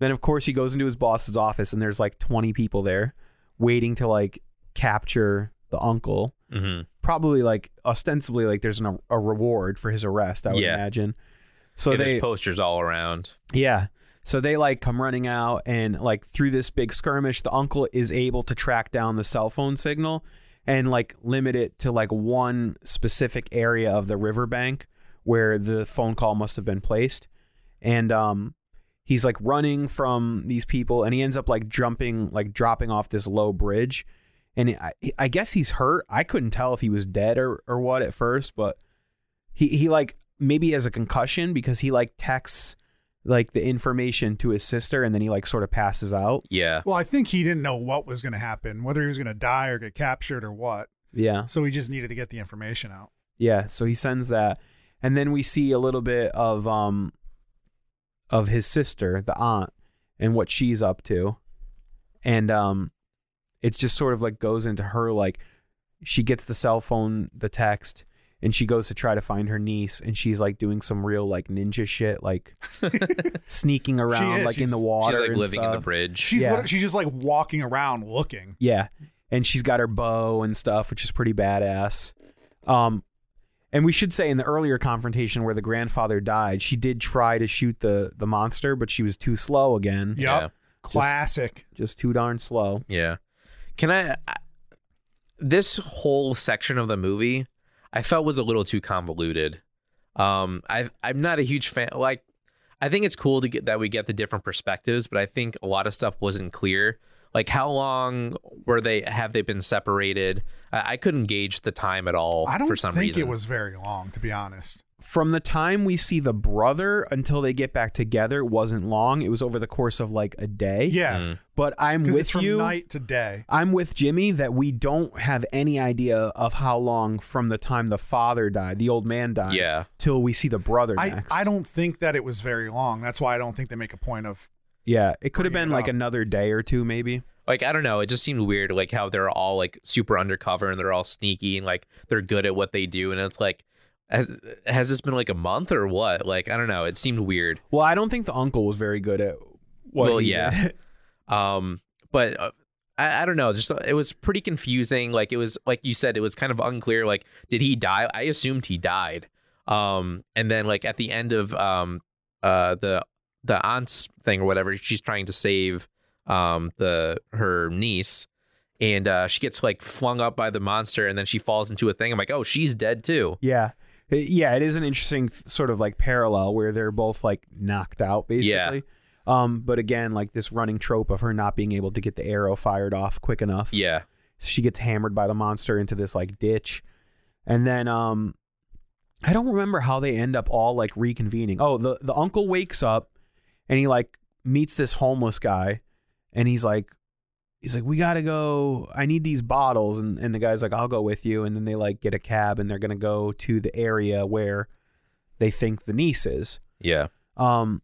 Then of course he goes into his boss's office and there's like 20 people there waiting to like capture the uncle.
Mm-hmm.
Probably like ostensibly like there's an, a reward for his arrest, I would
Yeah.
imagine. So they
there's posters all around.
yeah. So they like come running out and like through this big skirmish, the uncle is able to track down the cell phone signal and like limit it to like one specific area of the riverbank where the phone call must have been placed. And um he's like running from these people and he ends up like jumping like dropping off this low bridge. And I, I guess he's hurt. I couldn't tell if he was dead or, or what at first, but he, he like maybe has a concussion because he like texts like the information to his sister and then he like sort of passes out.
Yeah.
Well, I think he didn't know what was going to happen, whether he was going to die or get captured or what.
Yeah.
So he just needed to get the information out.
Yeah. So he sends that. And then we see a little bit of um of his sister, the aunt, and what she's up to. And um it's just sort of like goes into her like she gets the cell phone, the text, and she goes to try to find her niece and she's like doing some real like ninja shit, like sneaking around
is.
like in
She's-
the
she's,
water.
She's like
and
living in the
stuff.
bridge.
She's
Yeah.
lit- she's just like walking around looking.
Yeah. And she's got her bow and stuff, which is pretty badass. Um and we should say in the earlier confrontation where the grandfather died, she did try to shoot the the monster, but she was too slow again.
Yep.
Yeah.
Classic.
Just too darn slow.
Yeah. Can I, I? This whole section of the movie, I felt was a little too convoluted. Um, I I'm not a huge fan. Like, I think it's cool to get that we get the different perspectives, but I think a lot of stuff wasn't clear. Like, how long were they? Have they been separated? I, I couldn't gauge the time at all.
I don't
for some
think
reason.
it was very long, to be honest.
From the time we see the brother until they get back together wasn't long. It was over the course of like a day.
Yeah,
Hmm.
But I'm
because
with
it's from
you.
night to day.
I'm with Jimmy that we don't have any idea of how long from the time the father died, the old man died,
Yeah.
till we see the brother
I,
next.
I don't think that it was very long. That's why I don't think they make a point of.
Yeah, it could have
bringing
been
it
like
up.
another day or two, maybe.
Like, I don't know. It just seemed weird. Like how they're all like super undercover and they're all sneaky and like they're good at what they do. And it's like, has has this been like a month or what? Like, I don't know. It seemed weird.
Well, I don't think the uncle was very good at what.
Well,
he
yeah.
did.
Um, but uh, I, I don't know. Just uh, it was pretty confusing. Like it was like you said, it was kind of unclear. Like did he die? I assumed he died. Um, and then like at the end of um, uh, the the aunt's thing or whatever, she's trying to save um the her niece. And uh, she gets like flung up by the monster, and then she falls into a thing. I'm like, oh, she's dead too.
yeah, It- yeah. It is an interesting th- sort of like parallel where they're both like knocked out, basically. Um, but again, like this running trope of her not being able to get the arrow fired off quick enough.
Yeah,
she gets hammered by the monster into this like ditch, and then um, I don't remember how they end up all like reconvening. Oh, the the uncle wakes up and he like meets this homeless guy and he's like he's like we gotta go i need these bottles and, and the guy's like i'll go with you and then they like get a cab and they're gonna go to the area where they think the niece is
yeah,
um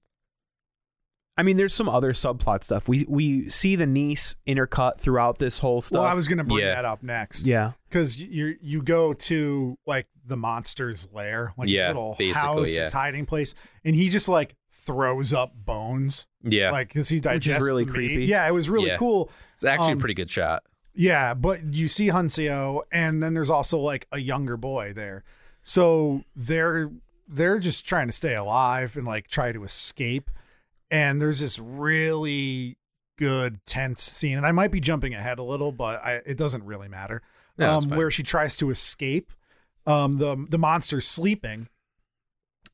i mean there's some other subplot stuff we we see the niece intercut throughout this whole stuff
Well, I was going to bring
Yeah.
that up next.
yeah
because you you go to like the monster's lair, like his
Yeah,
little
basically,
house,
yeah.
his hiding place, and he just like throws up bones,
yeah.
like because he digests
really
the meat.
creepy.
Yeah, it was really
Yeah.
cool.
it's actually
um,
a pretty good shot.
Yeah, but you see Huncio, and then there's also like a younger boy there, so they're they're just trying to stay alive and like try to escape. And there's this really good tense scene, and I might be jumping ahead a little, but I, it doesn't really matter.
No, it's
um,
fine.
where she tries to escape, um, the the monster's sleeping,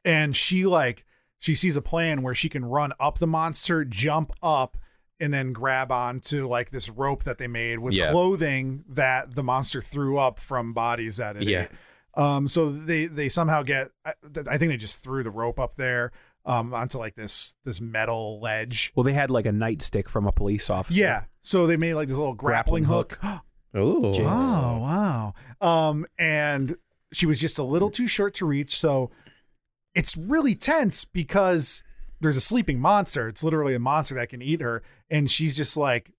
and she like she sees a plan where she can run up the monster, jump up, and then grab onto like this rope that they made with
Yeah.
clothing that the monster threw up from bodies that it
Yeah.
ate. Um, so they they somehow get. I, th- I think they just threw the rope up there um, onto like this this metal ledge.
Well, they had like a nightstick from a police officer.
Yeah. So they made like this little grappling,
Grappling
hook.
Ooh.
Jinx.
Oh wow. Um, and she was just a little too short to reach, so it's really tense because there's a sleeping monster. It's literally a monster that can eat her, and she's just like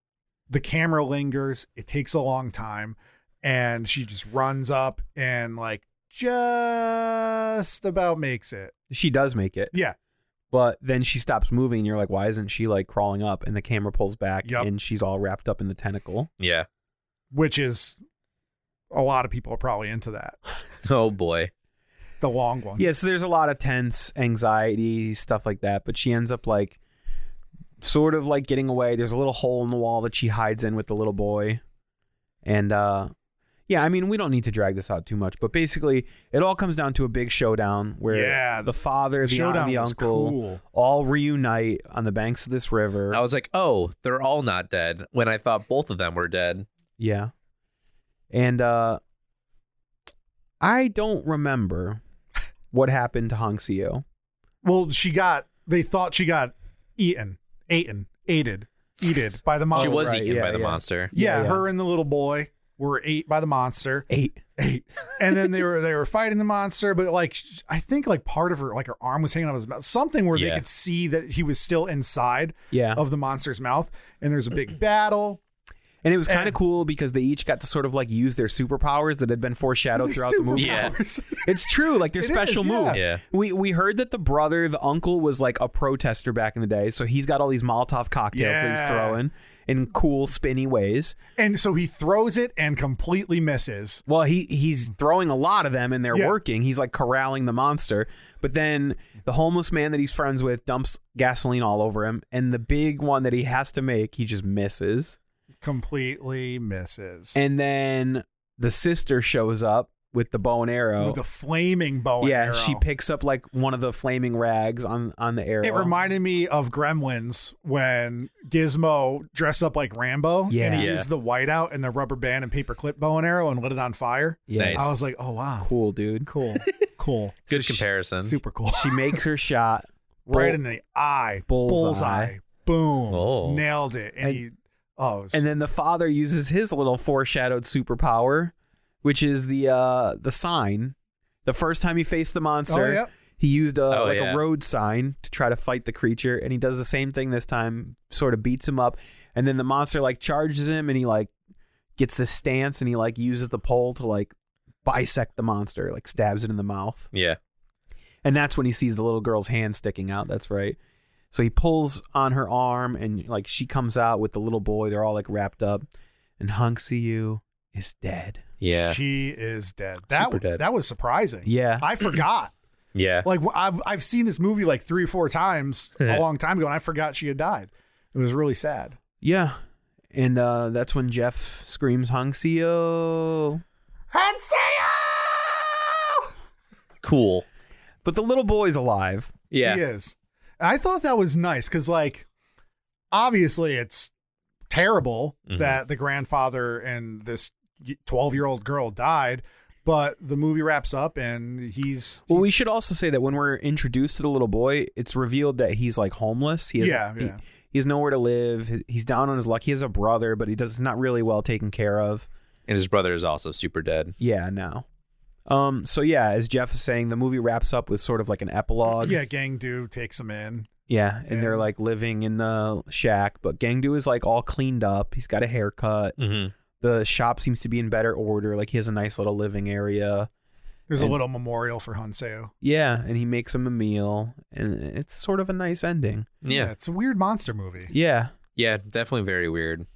the camera lingers. It takes a long time, and she just runs up and like just about makes it.
She does make it,
Yeah.
but then she stops moving. And you're like, why isn't she like crawling up? And the camera pulls back,
Yup.
and she's all wrapped up in the tentacle.
Yeah.
Which is a lot of people are probably into that.
Oh boy.
The long one.
Yeah, so there's a lot of tense anxiety stuff like that, but she ends up like sort of like getting away. There's a little hole in the wall that she hides in with the little boy. And uh yeah, I mean, we don't need to drag this out too much, but basically it all comes down to a big showdown where
Yeah,
the father, the aunt,
Showdown
the
was
uncle
cool.
all reunite on the banks of this river.
I was like, oh, they're all not dead. When I thought both of them were dead.
Yeah. And uh I don't remember what happened to Hong Seo.
Well, she got. They thought she got eaten, eaten, aided, eated by the
she
monster.
was
right,
eaten
yeah,
by the
yeah.
monster.
yeah,
yeah, yeah.
her and the little boy were ate by the monster.
Eight.
Ate, and then they were they were fighting the monster, but like sh- I think like part of her like her arm was hanging out of his mouth, something where they
Yeah. Uh-huh.
could see that he was still inside
Yeah.
of the monster's mouth. And there's a big battle.
And it was kind
And-
of cool because they each got to sort of like use their superpowers that had been foreshadowed throughout the movie.
Yeah.
Superpowers.
It's true, like their
It is,
special
yeah.
move.
Yeah.
We we heard that the brother, the uncle, was like a protester back in the day, so he's got all these Molotov cocktails that he's
Yeah.
throwing in cool, spinny ways.
and so he throws it and completely misses.
Well, he he's throwing a lot of them and they're
Yeah.
working. He's like corralling the monster. But then the homeless man that he's friends with dumps gasoline all over him, and the big one that he has to make, he just misses.
Completely misses.
And then the sister shows up with the bow and arrow.
with a flaming bow. and
yeah,
Oh, arrow.
she picks up like one of the flaming rags on on the arrow.
It reminded me of Gremlins when Gizmo dressed up like Rambo and
Yeah.
he
Yeah.
used the whiteout and the rubber band and paper clip bow and arrow and lit it on fire.
yeah,
Nice.
I was like, oh wow,
cool, dude.
cool, cool,
Good comparison.
super cool.
She makes her shot.
right in the eye,
Bullseye.
boom,
Oh.
nailed it. And,
And-
he, oh, it was-
and then the father uses his little foreshadowed superpower, which is the uh the sign. The first time he faced the monster,
Oh, yep.
he used a
Oh,
like
yeah.
a road sign to try to fight the creature, and he does the same thing this time. Sort of beats him up, and then the monster like charges him, and he like gets this stance, and he like uses the pole to like bisect the monster, like stabs it in the mouth,
Yeah.
and that's when he sees the little girl's hand sticking out. That's right. So he pulls on her arm, and like she comes out with the little boy. They're all like wrapped up, and Hung Siu is dead.
Yeah.
she is dead. That
Super dead.
that was surprising.
Yeah.
I forgot.
Yeah.
like wh- I've I've seen this movie like three or four times a long time ago, and I forgot she had died. It was really sad.
Yeah. And uh, that's when Jeff screams Hung Seo.
Cool.
But the little boy's alive.
Yeah.
He is. And I thought that was nice because, like, obviously it's terrible
Mm-hmm.
that the grandfather and this 12 year old girl died, but the movie wraps up and he's.
Well, we
he's-
should also say that when we're introduced to the little boy, it's revealed that he's like homeless. He has,
Yeah,
he,
yeah.
he has nowhere to live. He- He's down on his luck. He has a brother, but he does he's not really well taken care of.
And his brother is also super dead.
Yeah, no. Um. So yeah, as Jeff is saying, the movie wraps up with sort of like an epilogue.
Yeah, Gang Do takes him in.
Yeah, and they're
And-
like living in the shack, but Gangdu is like all cleaned up. He's got a haircut.
Mm-hmm.
The shop seems to be in better order. Like he has a nice little living area.
There's a
And-
little memorial for Hunseo.
Yeah, and he makes him a meal, and it's sort of a nice ending.
Yeah.
It's a weird monster movie.
Yeah.
Yeah. Definitely very weird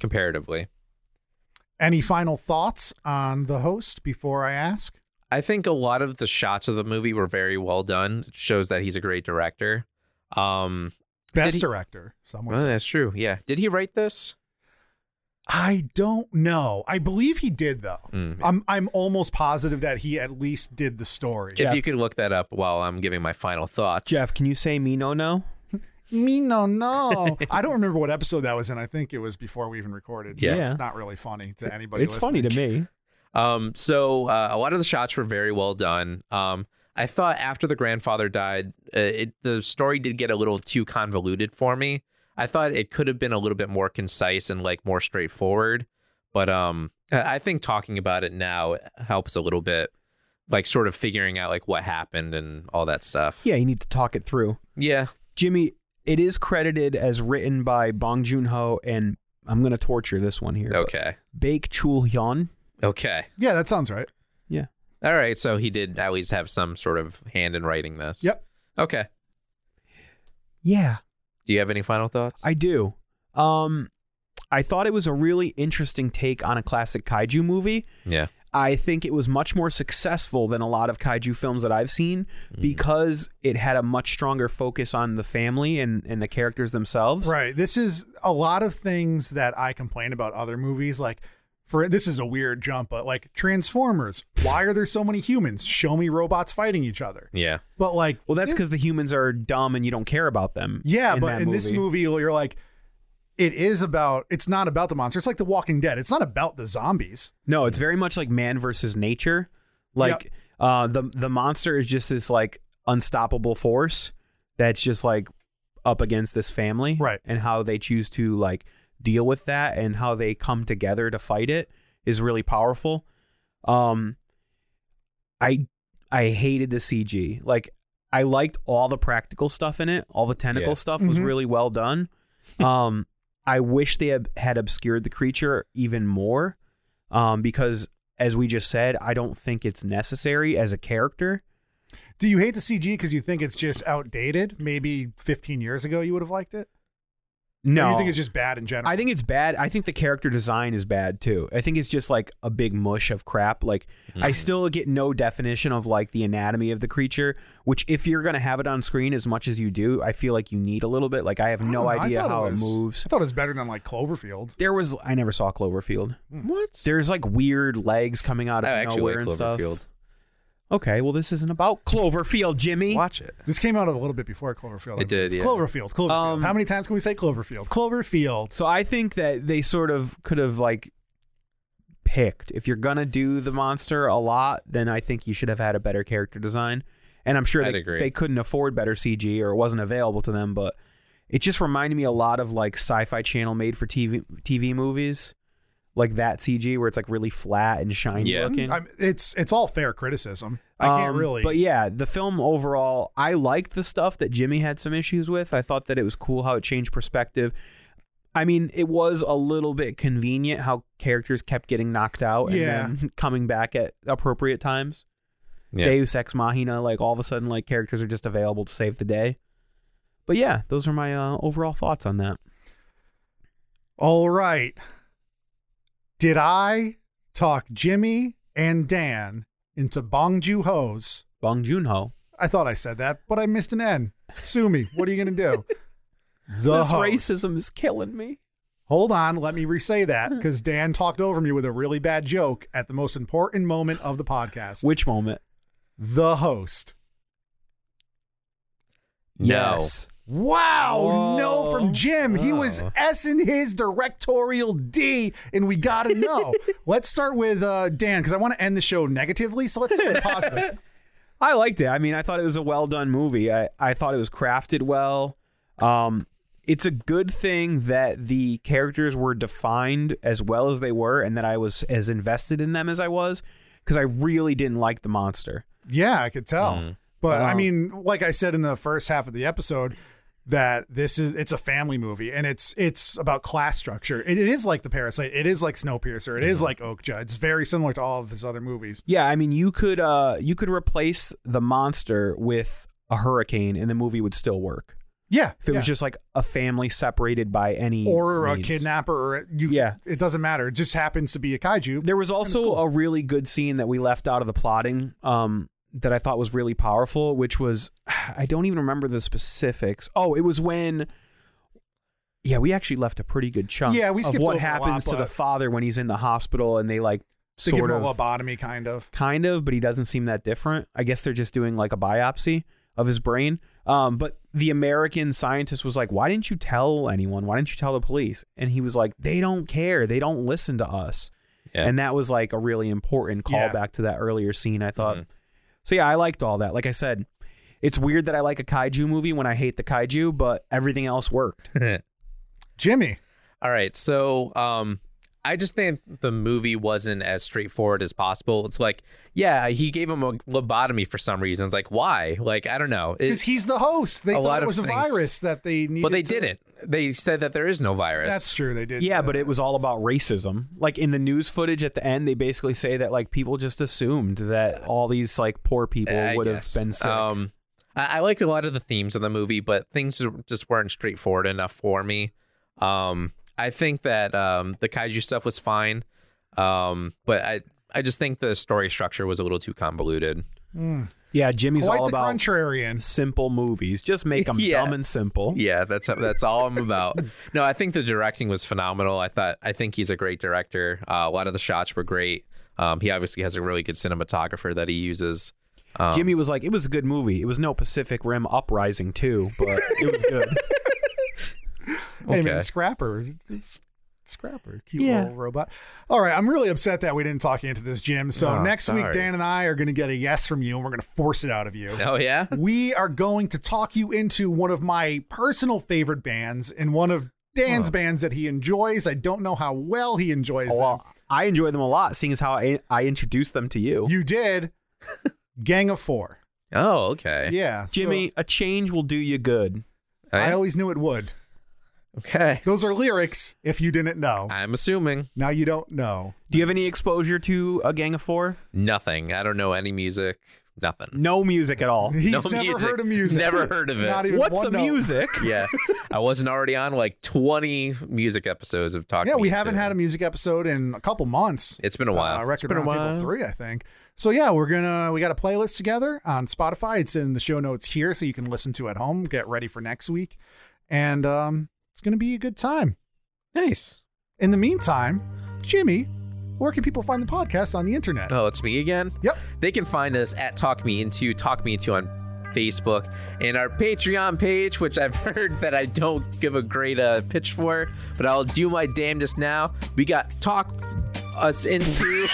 comparatively.
Any final thoughts on the host before I ask?
I think a lot of the shots of the movie were very well done. It shows that he's a great director. Um,
Best
he-
director, someone
oh,
said.
that's true. Yeah. Did he write this?
I don't know. I believe he did though.
Mm.
I'm I'm almost positive that he at least did the story.
If
Jeff.
you could look that up while I'm giving my final thoughts.
Jeff, can you say me no no?
Me no no. I don't remember what episode that was in. I think it was before we even recorded. So
Yeah.
it's not really funny to anybody.
it's funny to
listening.
me.
Um, so uh, a lot of the shots were very well done. Um, I thought after the grandfather died, uh, it, the story did get a little too convoluted for me. I thought it could have been a little bit more concise and like more straightforward. But um, I I think talking about it now helps a little bit, like sort of figuring out like what happened and all that stuff.
Yeah, you need to talk it through.
Yeah.
Jimmy, it is credited as written by Bong Joon Ho and I'm gonna torture this one here. but
Okay.
Baek Chul Hyun.
Okay.
Yeah, that sounds right.
Yeah.
All right. So he did at least have some sort of hand in writing this.
Yep.
Okay.
Yeah.
Do you have any final thoughts?
I do. Um, I thought it was a really interesting take on a classic kaiju movie.
yeah.
I think it was much more successful than a lot of kaiju films that I've seen because it had a much stronger focus on the family and, and the characters themselves.
Right. This is a lot of things that I complain about other movies. Like, for this is a weird jump, but like Transformers. Why are there so many humans? Show me robots fighting each other.
Yeah.
But like,
Well, that's
this-
because the humans are dumb and you don't care about them.
Yeah, but
that
in this movie, you're like, it is about. It's not about the monster. It's like The Walking Dead. It's not about the zombies.
No, it's very much like man versus nature. Like uh, the the monster is just this like unstoppable force that's just like up against this family,
Right.
And how they choose to like deal with that and how they come together to fight it is really powerful. Um, I I hated the CG. Like I liked all the practical stuff in it. All the tentacle
Yeah.
stuff was
Mhm.
really well done. um, I wish they had- had obscured the creature even more um, because as we just said, I don't think it's necessary as a character.
Do you hate the CG because you think it's just outdated? Maybe 15 years ago, you would have liked it.
No,
Or you think it's just bad in general.
I think it's bad. I think the character design is bad too. I think it's just like a big mush of crap. Like I still get no definition of like the anatomy of the creature, which if you're gonna have it on screen as much as you do, I feel like you need a little bit. Like I have
I don't
no
know. I
idea
thought
how it,
was-
moves.
I thought it was better than like Cloverfield.
There was I never saw Cloverfield.
What?
There's like weird legs coming out
Hmm. I
of
actually
nowhere
like
and stuff.
Cloverfield.
Okay, well this isn't about Cloverfield, Jimmy.
Watch it.
This came out a little bit before Cloverfield. I
It did,
believe.
yeah.
Cloverfield. Cloverfield.
Um,
how many times can we say Cloverfield? Cloverfield.
So I think that they sort of could have like picked if you're gonna do the monster a lot, then I think you should have had a better character design. And I'm sure
I'd
they,
agree.
they couldn't afford better CG or it wasn't available to them, but it just reminded me a lot of like sci-fi channel made for TV TV movies. Like that CG where it's like really flat and shiny
Yeah.
looking.
I'm, it's it's all fair criticism. I can't
Um,
really.
But yeah, the film overall, I liked the stuff that Jimmy had some issues with. I thought that it was cool how it changed perspective. I mean, it was a little bit convenient how characters kept getting knocked out
Yeah.
and then coming back at appropriate times.
Yeah.
Deus Ex Machina, like all of a sudden, like characters are just available to save the day. But yeah, those are my uh, overall thoughts on that.
All right. Did I talk Jimmy and Dan into Bong Joon Ho's?
Bong Joon Ho.
I thought I said that, but I missed an N. Sue me. What are you going to do? The
This
host.
racism is killing me.
Hold on. Let me re-say that because Dan talked over me with a really bad joke at the most important moment of the podcast.
Which moment?
the host.
No.
Yes.
Wow, no
Whoa.
from Jim. He was
Oh.
S in his directorial D, and we got to know. let's start with uh, Dan because I want to end the show negatively, so let's do it positive.
I liked it. I mean, I thought it was a well done movie. I, I thought it was crafted well. Um, it's a good thing that the characters were defined as well as they were and that I was as invested in them as I was because I really didn't like the monster.
Yeah, I could tell. But I
Mm. Wow.
mean, like I said in the first half of the episode, that this is it's a family movie and it's it's about class structure. It, it is like the Parasite. It is like Snowpiercer. It is
Mm-hmm.
like Oakja. It's very similar to all of his other movies.
Yeah, I mean, you could uh, you could replace the monster with a hurricane and the movie would still work.
Yeah.
If it was
yeah.
just like a family separated by any
or a
means.
kidnapper or you
Yeah.
it doesn't matter. It just happens to be a kaiju.
There was also a really good scene that we left out of the plotting um, that I thought was really powerful, which was I don't even remember the specifics. Oh, it was when. Yeah, we actually left a pretty good chunk
Yeah, we
of
skipped
what
over a lot,
happens to the
but-
father when he's in the hospital and they like
They give
sort
him a
of
lobotomy kind of.
kind of, but he doesn't seem that different. I guess they're just doing like a biopsy of his brain. Um, but the American scientist was like, "Why didn't you tell anyone? Why didn't you tell the police?" And he was like, "They don't care. They don't listen to us."
Yeah.
And that was like a really important
Yeah.
callback to that earlier scene. I thought. So yeah, I liked all that. Like I said, it's weird that I like a kaiju movie when I hate the kaiju, but everything else worked.
Jimmy.
All right. So, um, I just think the movie wasn't as straightforward as possible. It's like, yeah, he gave him a lobotomy for some reason. It's like, why? Like, I don't know. It-
Because he's the host. They
A
thought it
lot of
was a
things.
virus that they needed.
but they
to-
didn't. They said that there is no virus.
That's true. They did.
Yeah, but it was all about racism. Like in the news footage at the end, they basically say that like people just assumed that all these like poor people
I
would have
guess.
been sick.
Um, I, I liked a lot of the themes of the movie, but things just weren't straightforward enough for me. Um, I think that um, the kaiju stuff was fine, um, but I I just think the story structure was a little too convoluted.
yeah, Jimmy's
quite
all
the
about
contrarian.
simple movies. Just make them
Yeah.
dumb and simple.
Yeah, that's that's all I'm about. No, I think the directing was phenomenal. I thought I think he's a great director. Uh, a lot of the shots were great. Um, he obviously has a really good cinematographer that he uses.
Jimmy was like, "It was a good movie. It was no Pacific Rim Uprising too, but it was good."
Hey
Okay.
man, Scrapper. It's Scrapper, cute
Yeah.
little robot. All right, I'm really upset that we didn't talk into this, Jim. So
Oh,
next week,
sorry.
Dan and I are going to get a yes from you, and we're going to force it out of you.
Oh yeah,
we are going to talk you into one of my personal favorite bands and one of Dan's bands that he enjoys. I don't know how well he enjoys
well, I enjoy them a lot, seeing as how I, I introduced them to you,
them. You did. Gang of Four.
Oh okay.
Yeah. so
Jimmy. a change will do you good.
I
I-
always knew it would.
okay.
Those are lyrics if you didn't know.
I'm assuming
Now you don't know.
Do you have any exposure to a Gang of Four?
nothing. I don't know any music. Nothing.
No music at all.
He's
No
never
music.
heard of music.
Never heard of it.
Not even
What's
one
a
note.
music?
Yeah, I wasn't already on like 20 music episodes of talking.
Yeah, we haven't had a music episode in a couple months.
It's been a while.
Uh,
It's
record
been a
roundtable
while.
three, I think. So yeah, we're gonna we got a playlist together on Spotify. It's in the show notes here, so you can listen to at home. Get ready for next week, and um, it's gonna be a good time.
Nice.
In the meantime, Jimmy, where can people find the podcast on the
Uh,
internet?
Oh, it's me again.
Yep.
They can find us at Talk Me Into, Talk Me Into on Facebook, and our Patreon page, which I've heard that I don't give a great uh, pitch for, but I'll do my damnedest now. We got Talk Us Into.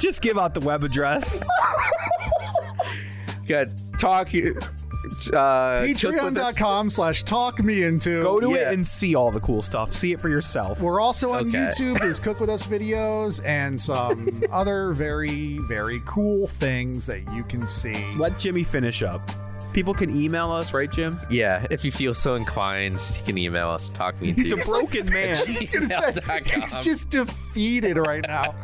Just give out the web address.
got Talk. Uh, Click With Us.
Patreon.com slash talk me into.
Go to
Yeah.
it and see all the cool stuff. See it for yourself.
We're also on
Okay.
YouTube. There's cook with us videos and some other very very cool things that you can see.
Let Jimmy finish up. People can email us, right, Jim?
Yeah, if you feel so inclined, you can email us. Talk me into.
He's a broken man.
He's gonna say,
gmail.com.
he's just defeated right now.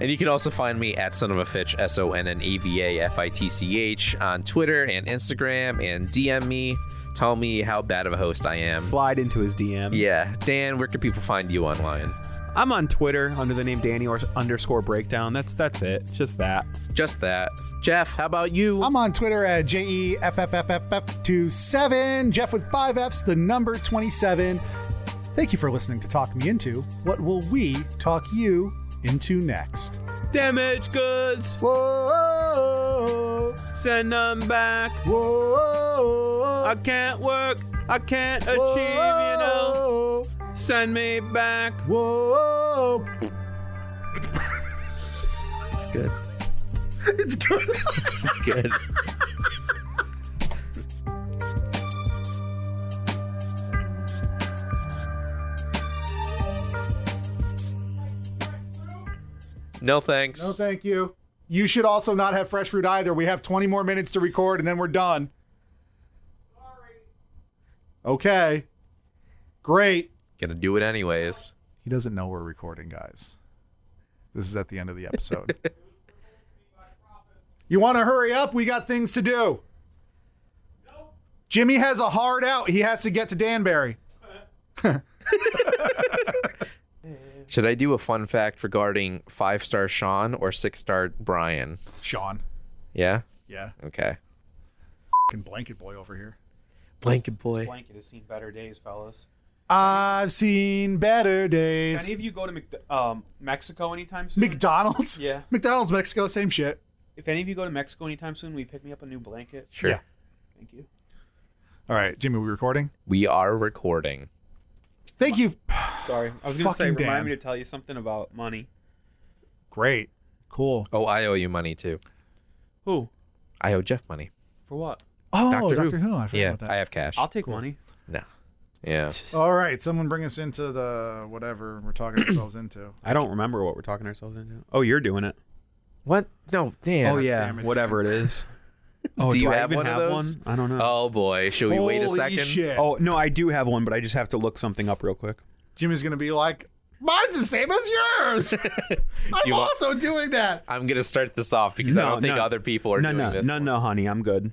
And you can also find me at Son of a Fitch, S O N N A V A F I T C H, on Twitter and Instagram, and DM me. Tell me how bad of a host I am.
Slide into his DM.
Yeah. Dan, where can people find you online?
I'm on Twitter under the name Danny or underscore breakdown. That's that's it. Just that.
Just that. Jeff, how about you?
I'm on Twitter at E JEFFFFF27, Jeff with five F's, the number 27. Thank you for listening to Talk Me Into. What will we talk you into next?
Damage goods.
Whoa,
Send them back. I
whoa,
can't work. I can't achieve. You know. Send me back.
whoa.
It's good.
It's good.
Good. No thanks.
No, thank you. You should also not have fresh fruit either. We have 20 more minutes to record and then we're done. Sorry. Okay. Great.
Gonna do it anyways.
He doesn't know we're recording, guys. This is at the end of the episode. you want to hurry up? We got things to do. Jimmy has a hard out. He has to get to Danbury.
Should I do a fun fact regarding five star Sean or six star Brian?
Sean.
Yeah?
Yeah.
Okay.
Fucking blanket boy over here.
Blanket boy.
Blanket has seen better days, fellas.
I've seen better days.
Any of you go to Mc- um, Mexico anytime soon?
McDonald's.
Yeah.
McDonald's, Mexico, same shit.
if any of you go to Mexico anytime soon, will you pick me up a new blanket?
Sure.
Yeah.
Thank you.
All right, Jimmy, we recording?
We are recording.
Thank you.
Sorry, I was gonna say,
Fucking
remind
damn.
me to tell you something about money.
Great. Cool.
Oh, I owe you money too.
Who?
I owe Jeff money.
For what?
Oh, Doctor, Who. I forgot
yeah,
about that.
I have cash.
I'll take money.
no. Yeah.
All right, someone bring us into the whatever we're talking ourselves into.
I don't remember what we're talking ourselves into. Oh, you're doing it.
What? No, damn.
oh yeah,
damn it.
whatever it is. Oh,
Do you
I
have one
even
of those?
I don't know.
Oh boy. Should we wait a
Holy
second?
Shit.
oh no, I do have one, but I just have to look something up real quick.
Jimmy's gonna be like, mine's the same as yours. I'm
You want-
also doing that.
I'm gonna start this off because I
No,
don't think
no.
other people are
No,
doing
no,
this.
no, no, honey, I'm good.
Do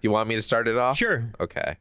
you want me to start it off?
Sure.
Okay.